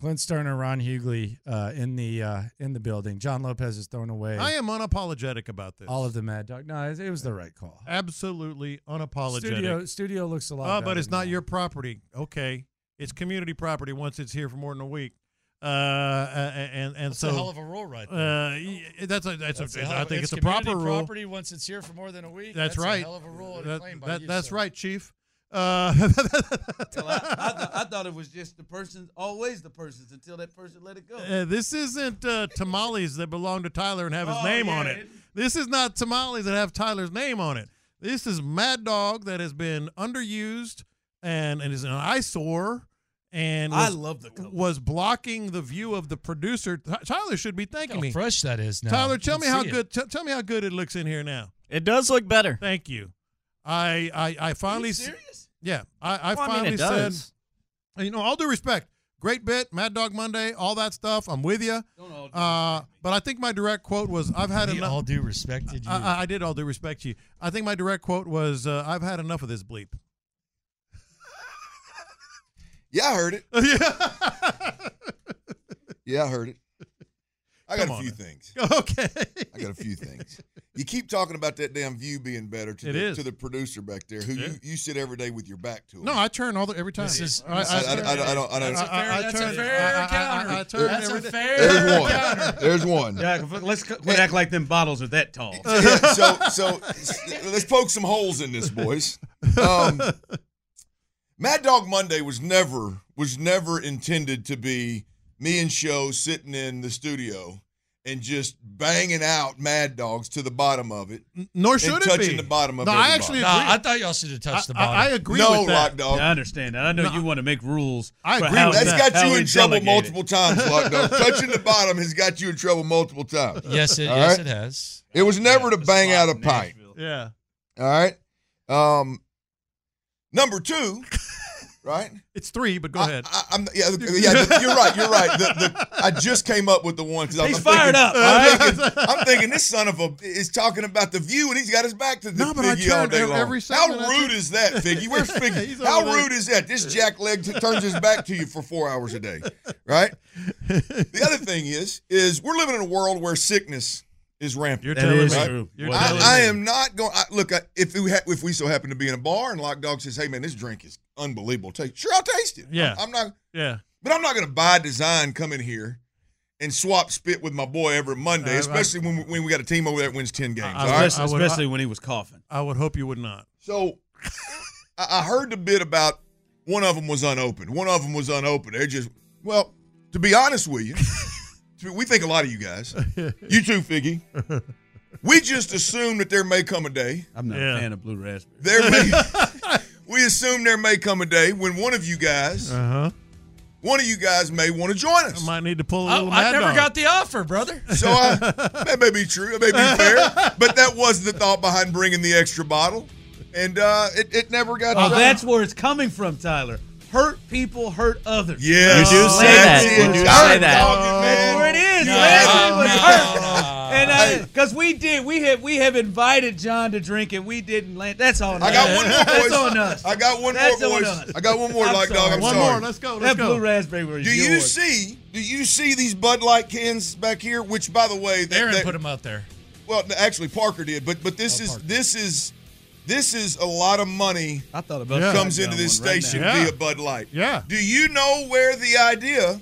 Speaker 3: Clint Sterner, Ron Hughley, uh, in the uh, in the building. John Lopez is thrown away.
Speaker 5: I am unapologetic about this.
Speaker 3: all of the Mad Dog. No, it, it was the right call.
Speaker 5: Absolutely unapologetic.
Speaker 3: Studio studio looks a lot.
Speaker 5: Oh, but
Speaker 3: better
Speaker 5: it's
Speaker 3: now.
Speaker 5: not your property. Okay. It's community property once it's here for more than a week. Uh, uh, and and
Speaker 3: That's
Speaker 5: so
Speaker 3: a hell of a rule right there.
Speaker 5: Uh, y- that's a, that's,
Speaker 3: That's
Speaker 5: a,
Speaker 3: a hell
Speaker 5: I
Speaker 3: of-
Speaker 5: think
Speaker 3: it's
Speaker 5: it's, a proper
Speaker 3: community
Speaker 5: rule.
Speaker 3: property once it's here for more than a week.
Speaker 5: That's,
Speaker 3: That's a
Speaker 5: right.
Speaker 3: hell of a rule and a
Speaker 5: That-
Speaker 3: claim by
Speaker 5: that-
Speaker 3: you,
Speaker 5: that's
Speaker 3: sir.
Speaker 5: right, Chief. Uh,
Speaker 1: Well, I, I, th- I thought it was just the person's, always the person's, until that person let it go.
Speaker 5: Uh, this isn't uh, tamales that belong to Tyler and have his
Speaker 1: Oh,
Speaker 5: name
Speaker 1: yeah,
Speaker 5: on it. This is not tamales that have Tyler's name on it. This is Mad Dog that has been underused and, and is an eyesore. And
Speaker 1: I
Speaker 5: was-
Speaker 1: love the color.
Speaker 5: was blocking the view of the producer. Ty- Tyler should be thanking
Speaker 3: how
Speaker 5: me.
Speaker 3: fresh that is now.
Speaker 5: Tyler,
Speaker 3: You
Speaker 5: tell
Speaker 3: can
Speaker 5: me how
Speaker 3: see it.
Speaker 5: good. t- tell me how good it looks in here now. It does look better. Thank you. I I, I finally. s- Yeah, I, I
Speaker 1: Well, I mean,
Speaker 5: finally
Speaker 1: it
Speaker 5: said.
Speaker 1: does.
Speaker 5: You know, all due respect, great bit, Mad Dog Monday, all that stuff. I'm with you. Uh, but I think my direct quote was, "I've had
Speaker 3: We
Speaker 5: enough."
Speaker 3: all due respect to you.
Speaker 5: I, I- I did all due respect to you. I think my direct quote was, uh, "I've had enough of this bleep."
Speaker 6: Yeah, I heard it.
Speaker 5: yeah.
Speaker 6: Yeah, I heard it. I got
Speaker 5: Come
Speaker 6: a
Speaker 5: on
Speaker 6: few
Speaker 5: now.
Speaker 6: things.
Speaker 5: Okay.
Speaker 6: I got a few things. You keep talking about that damn view being better to,
Speaker 5: It
Speaker 6: the,
Speaker 5: is.
Speaker 6: to the producer back there, who
Speaker 5: Yeah.
Speaker 6: you, you sit every day with your back to. him.
Speaker 5: No, I turn all the every time.
Speaker 6: This is-
Speaker 5: I,
Speaker 6: this is fair. I- I- I don't- I don't- That's a fair-
Speaker 5: I- I
Speaker 6: that's a
Speaker 5: turn-
Speaker 6: fair
Speaker 5: I- I- I-
Speaker 6: counter.
Speaker 5: I turn
Speaker 6: That's a
Speaker 5: every day.
Speaker 6: fair There's one. counter. There's one.
Speaker 1: Yeah, but let's c- quit act like them bottles are that tall.
Speaker 6: Yeah, so so s- let's poke some holes in this, boys. Um, Mad Dog Monday was never was never intended to be me and Show sitting in the studio and just banging out Mad Dogs to the bottom of it.
Speaker 5: Nor
Speaker 6: and
Speaker 5: should it
Speaker 6: touching
Speaker 5: be.
Speaker 6: the bottom of
Speaker 5: No,
Speaker 6: it.
Speaker 5: I actually
Speaker 1: Nah,
Speaker 5: agree.
Speaker 1: I thought y'all should have touched the
Speaker 5: I- I-
Speaker 1: bottom.
Speaker 5: I agree
Speaker 6: No, with that. Lock Dog.
Speaker 1: I understand that. I know
Speaker 6: No,
Speaker 1: you want to make rules.
Speaker 6: I
Speaker 1: for
Speaker 6: agree.
Speaker 1: how-
Speaker 6: That's got
Speaker 1: how
Speaker 6: you
Speaker 1: we
Speaker 6: in trouble
Speaker 1: delegate it.
Speaker 6: multiple times, Lockdog. Touching the bottom has got you in trouble multiple times.
Speaker 3: Yes, it-
Speaker 6: All
Speaker 3: yes, it has.
Speaker 6: It was never to bang out a pint.
Speaker 5: Yeah.
Speaker 6: All right. Um, number two, right?
Speaker 5: It's three, but go ahead.
Speaker 6: I, I'm, yeah, the- yeah the- you're right. You're right. The, the, I just came up with the one because
Speaker 5: He's
Speaker 6: I'm
Speaker 5: fired
Speaker 6: thinking,
Speaker 5: up,
Speaker 6: I'm,
Speaker 5: all right?
Speaker 6: thinking, I'm thinking this son of a is talking about the view, and he's got his back to the
Speaker 5: No, but I
Speaker 6: Figgy all
Speaker 5: turned
Speaker 6: day
Speaker 5: ev-
Speaker 6: long.
Speaker 5: every
Speaker 6: How
Speaker 5: segment I
Speaker 6: rude
Speaker 5: turned-
Speaker 6: is that, Figgy? Where's
Speaker 5: He's
Speaker 6: Figgy? How
Speaker 5: over there.
Speaker 6: rude is that? This jackleg t- turns his back to you for four hours a day, right? The other thing is, is we're living in a world where sickness is rampant.
Speaker 5: You're That telling is me. true. You're
Speaker 6: I,
Speaker 5: telling
Speaker 6: I
Speaker 5: me.
Speaker 6: am not going. I, look, I, if we ha- if we so happen to be in a bar and Lock Dog says, "Hey man, this drink is unbelievable," taste. Sure, I'll taste it.
Speaker 5: Yeah.
Speaker 6: I'm, I'm not.
Speaker 5: Yeah.
Speaker 6: But I'm not going to by design come in here and swap spit with my boy every Monday,
Speaker 5: Uh,
Speaker 6: especially when, we, when we got a team over there that wins ten games.
Speaker 5: I-
Speaker 6: all right?
Speaker 5: I would- I-
Speaker 6: coughing.
Speaker 5: I would hope you would not.
Speaker 6: So I, I heard the bit about one of them was unopened. One of them was unopened. They're just well, to be honest with you, to- we think a lot of you guys, you too, Figgy. We just assume that there may come a day.
Speaker 1: I'm not a fan of blue raspberry.
Speaker 6: There may, we assume there may come a day when one of you guys,
Speaker 5: Uh huh.
Speaker 6: one of you guys may want to join us.
Speaker 5: Might need to pull a
Speaker 6: Oh,
Speaker 5: little.
Speaker 6: Uh-huh.
Speaker 5: Mad
Speaker 6: I never
Speaker 5: Dog.
Speaker 6: got
Speaker 3: the offer, brother.
Speaker 6: So I, that may be true. That may be fair. But that was the thought behind bringing the extra bottle, and uh, it, it never got.
Speaker 1: Oh,
Speaker 6: done.
Speaker 1: that's where it's coming from, Tyler. Hurt people, hurt others.
Speaker 6: Yes. You do say
Speaker 1: That's
Speaker 6: that. You
Speaker 1: it.
Speaker 6: do say
Speaker 1: That's
Speaker 6: that.
Speaker 1: dogging, That's where it is.
Speaker 6: No,
Speaker 1: Leslie
Speaker 6: no,
Speaker 1: was hurt.
Speaker 6: no, no.
Speaker 1: And because we did, we have we have invited John to drink, and we didn't. Land. That's on us.
Speaker 6: I got one more,
Speaker 1: That's
Speaker 6: boys.
Speaker 1: on us.
Speaker 6: I got one
Speaker 1: That's
Speaker 6: more,
Speaker 1: on
Speaker 6: boys.
Speaker 1: us.
Speaker 6: I got one more, like dog. I'm sorry.
Speaker 1: that blue raspberry was
Speaker 6: Do you
Speaker 1: yours.
Speaker 6: see? Do you see these Bud Light cans back here? Which, by the way, they,
Speaker 3: Aaron
Speaker 6: they,
Speaker 3: put them out there.
Speaker 6: Well, no, actually, Parker did, but but
Speaker 1: Oh,
Speaker 6: this is this is this is a lot of money. I
Speaker 1: thought
Speaker 3: about
Speaker 6: that
Speaker 3: that
Speaker 6: comes
Speaker 3: down
Speaker 6: into this
Speaker 3: one right
Speaker 6: station
Speaker 3: now. Yeah.
Speaker 6: via Bud Light.
Speaker 3: Yeah.
Speaker 6: Do you know where the idea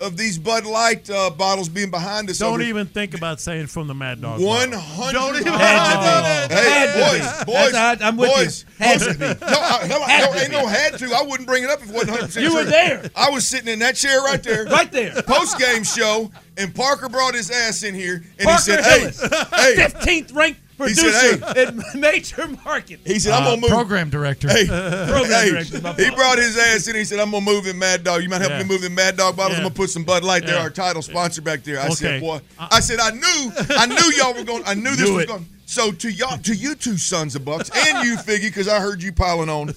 Speaker 6: of these Bud Light uh, bottles being behind us?
Speaker 5: Don't
Speaker 6: over
Speaker 5: even think about saying from the Mad Dog.
Speaker 6: One hundred.
Speaker 5: Don't even-
Speaker 6: Had to be. Hey,
Speaker 5: Had to be.
Speaker 6: boys, boys,
Speaker 5: That's- I- I'm with you.
Speaker 6: boys,
Speaker 5: Had
Speaker 6: boys.
Speaker 5: to be.
Speaker 6: No, I, hell, I-
Speaker 5: Had
Speaker 6: no,
Speaker 5: to
Speaker 6: ain't
Speaker 5: be.
Speaker 6: no had to. I wouldn't bring it up if it wasn't 100. percent
Speaker 1: You were there.
Speaker 6: I was sitting in that chair right there,
Speaker 1: Right there.
Speaker 6: Post game show, and Parker brought his ass in here and
Speaker 1: Parker
Speaker 6: he said,
Speaker 1: Hillis,
Speaker 6: "Hey, hey,
Speaker 1: 15th ranked
Speaker 6: He
Speaker 1: producer
Speaker 6: said,
Speaker 1: in major market.
Speaker 6: He said, "I'm
Speaker 3: Uh,
Speaker 6: gonna move."
Speaker 3: program director.
Speaker 6: Hey,
Speaker 3: Program
Speaker 6: hey,
Speaker 3: director, my
Speaker 6: He
Speaker 3: fault.
Speaker 6: brought his ass in. He said, "I'm gonna move in Mad Dog. You might help
Speaker 3: Yeah.
Speaker 6: me move in Mad Dog bottles.
Speaker 3: Yeah.
Speaker 6: I'm gonna put some Bud Light there,
Speaker 3: Yeah.
Speaker 6: our title sponsor back there." I said,
Speaker 3: Okay.
Speaker 6: "Boy, I said I knew, I knew y'all were going. I knew this
Speaker 3: Knew
Speaker 6: was
Speaker 3: it.
Speaker 6: going." So to y'all, to you two sons of bucks, and you Figgy, because I heard you piling on.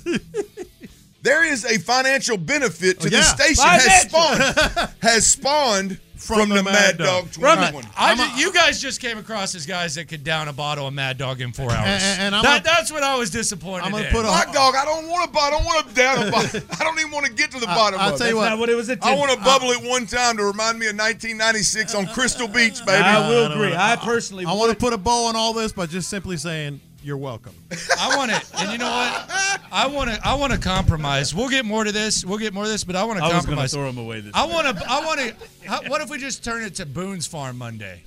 Speaker 6: There is a financial benefit to
Speaker 5: Oh,
Speaker 6: this
Speaker 5: yeah.
Speaker 6: station has spawned has spawned from, the, Mad Dog, 21.
Speaker 3: I ju- you guys just came across as guys that could down a bottle of Mad Dog in four hours.
Speaker 6: and- and I'm
Speaker 3: That-
Speaker 6: a-
Speaker 3: that's what I was disappointed. in.
Speaker 6: hot dog. I don't want to. I don't want to down a bottle. I don't even want to get to the
Speaker 3: I-
Speaker 6: bottom.
Speaker 3: I'll
Speaker 6: of
Speaker 3: tell you
Speaker 6: it.
Speaker 3: what. That's not what it was
Speaker 6: I
Speaker 3: intended-
Speaker 6: want to bubble it one time to remind me of 1996 on Crystal Beach, baby.
Speaker 1: I will agree. I personally
Speaker 5: I want to put a bow on all this by just simply saying
Speaker 2: You're welcome.
Speaker 3: I want it, and you know what? I want to. I want to compromise. We'll get more to this. We'll get more to this, but I want to
Speaker 2: I was gonna
Speaker 3: compromise.
Speaker 2: throw 'em away this
Speaker 3: I want to. I want to. What if we just turn it to Boone's Farm Monday?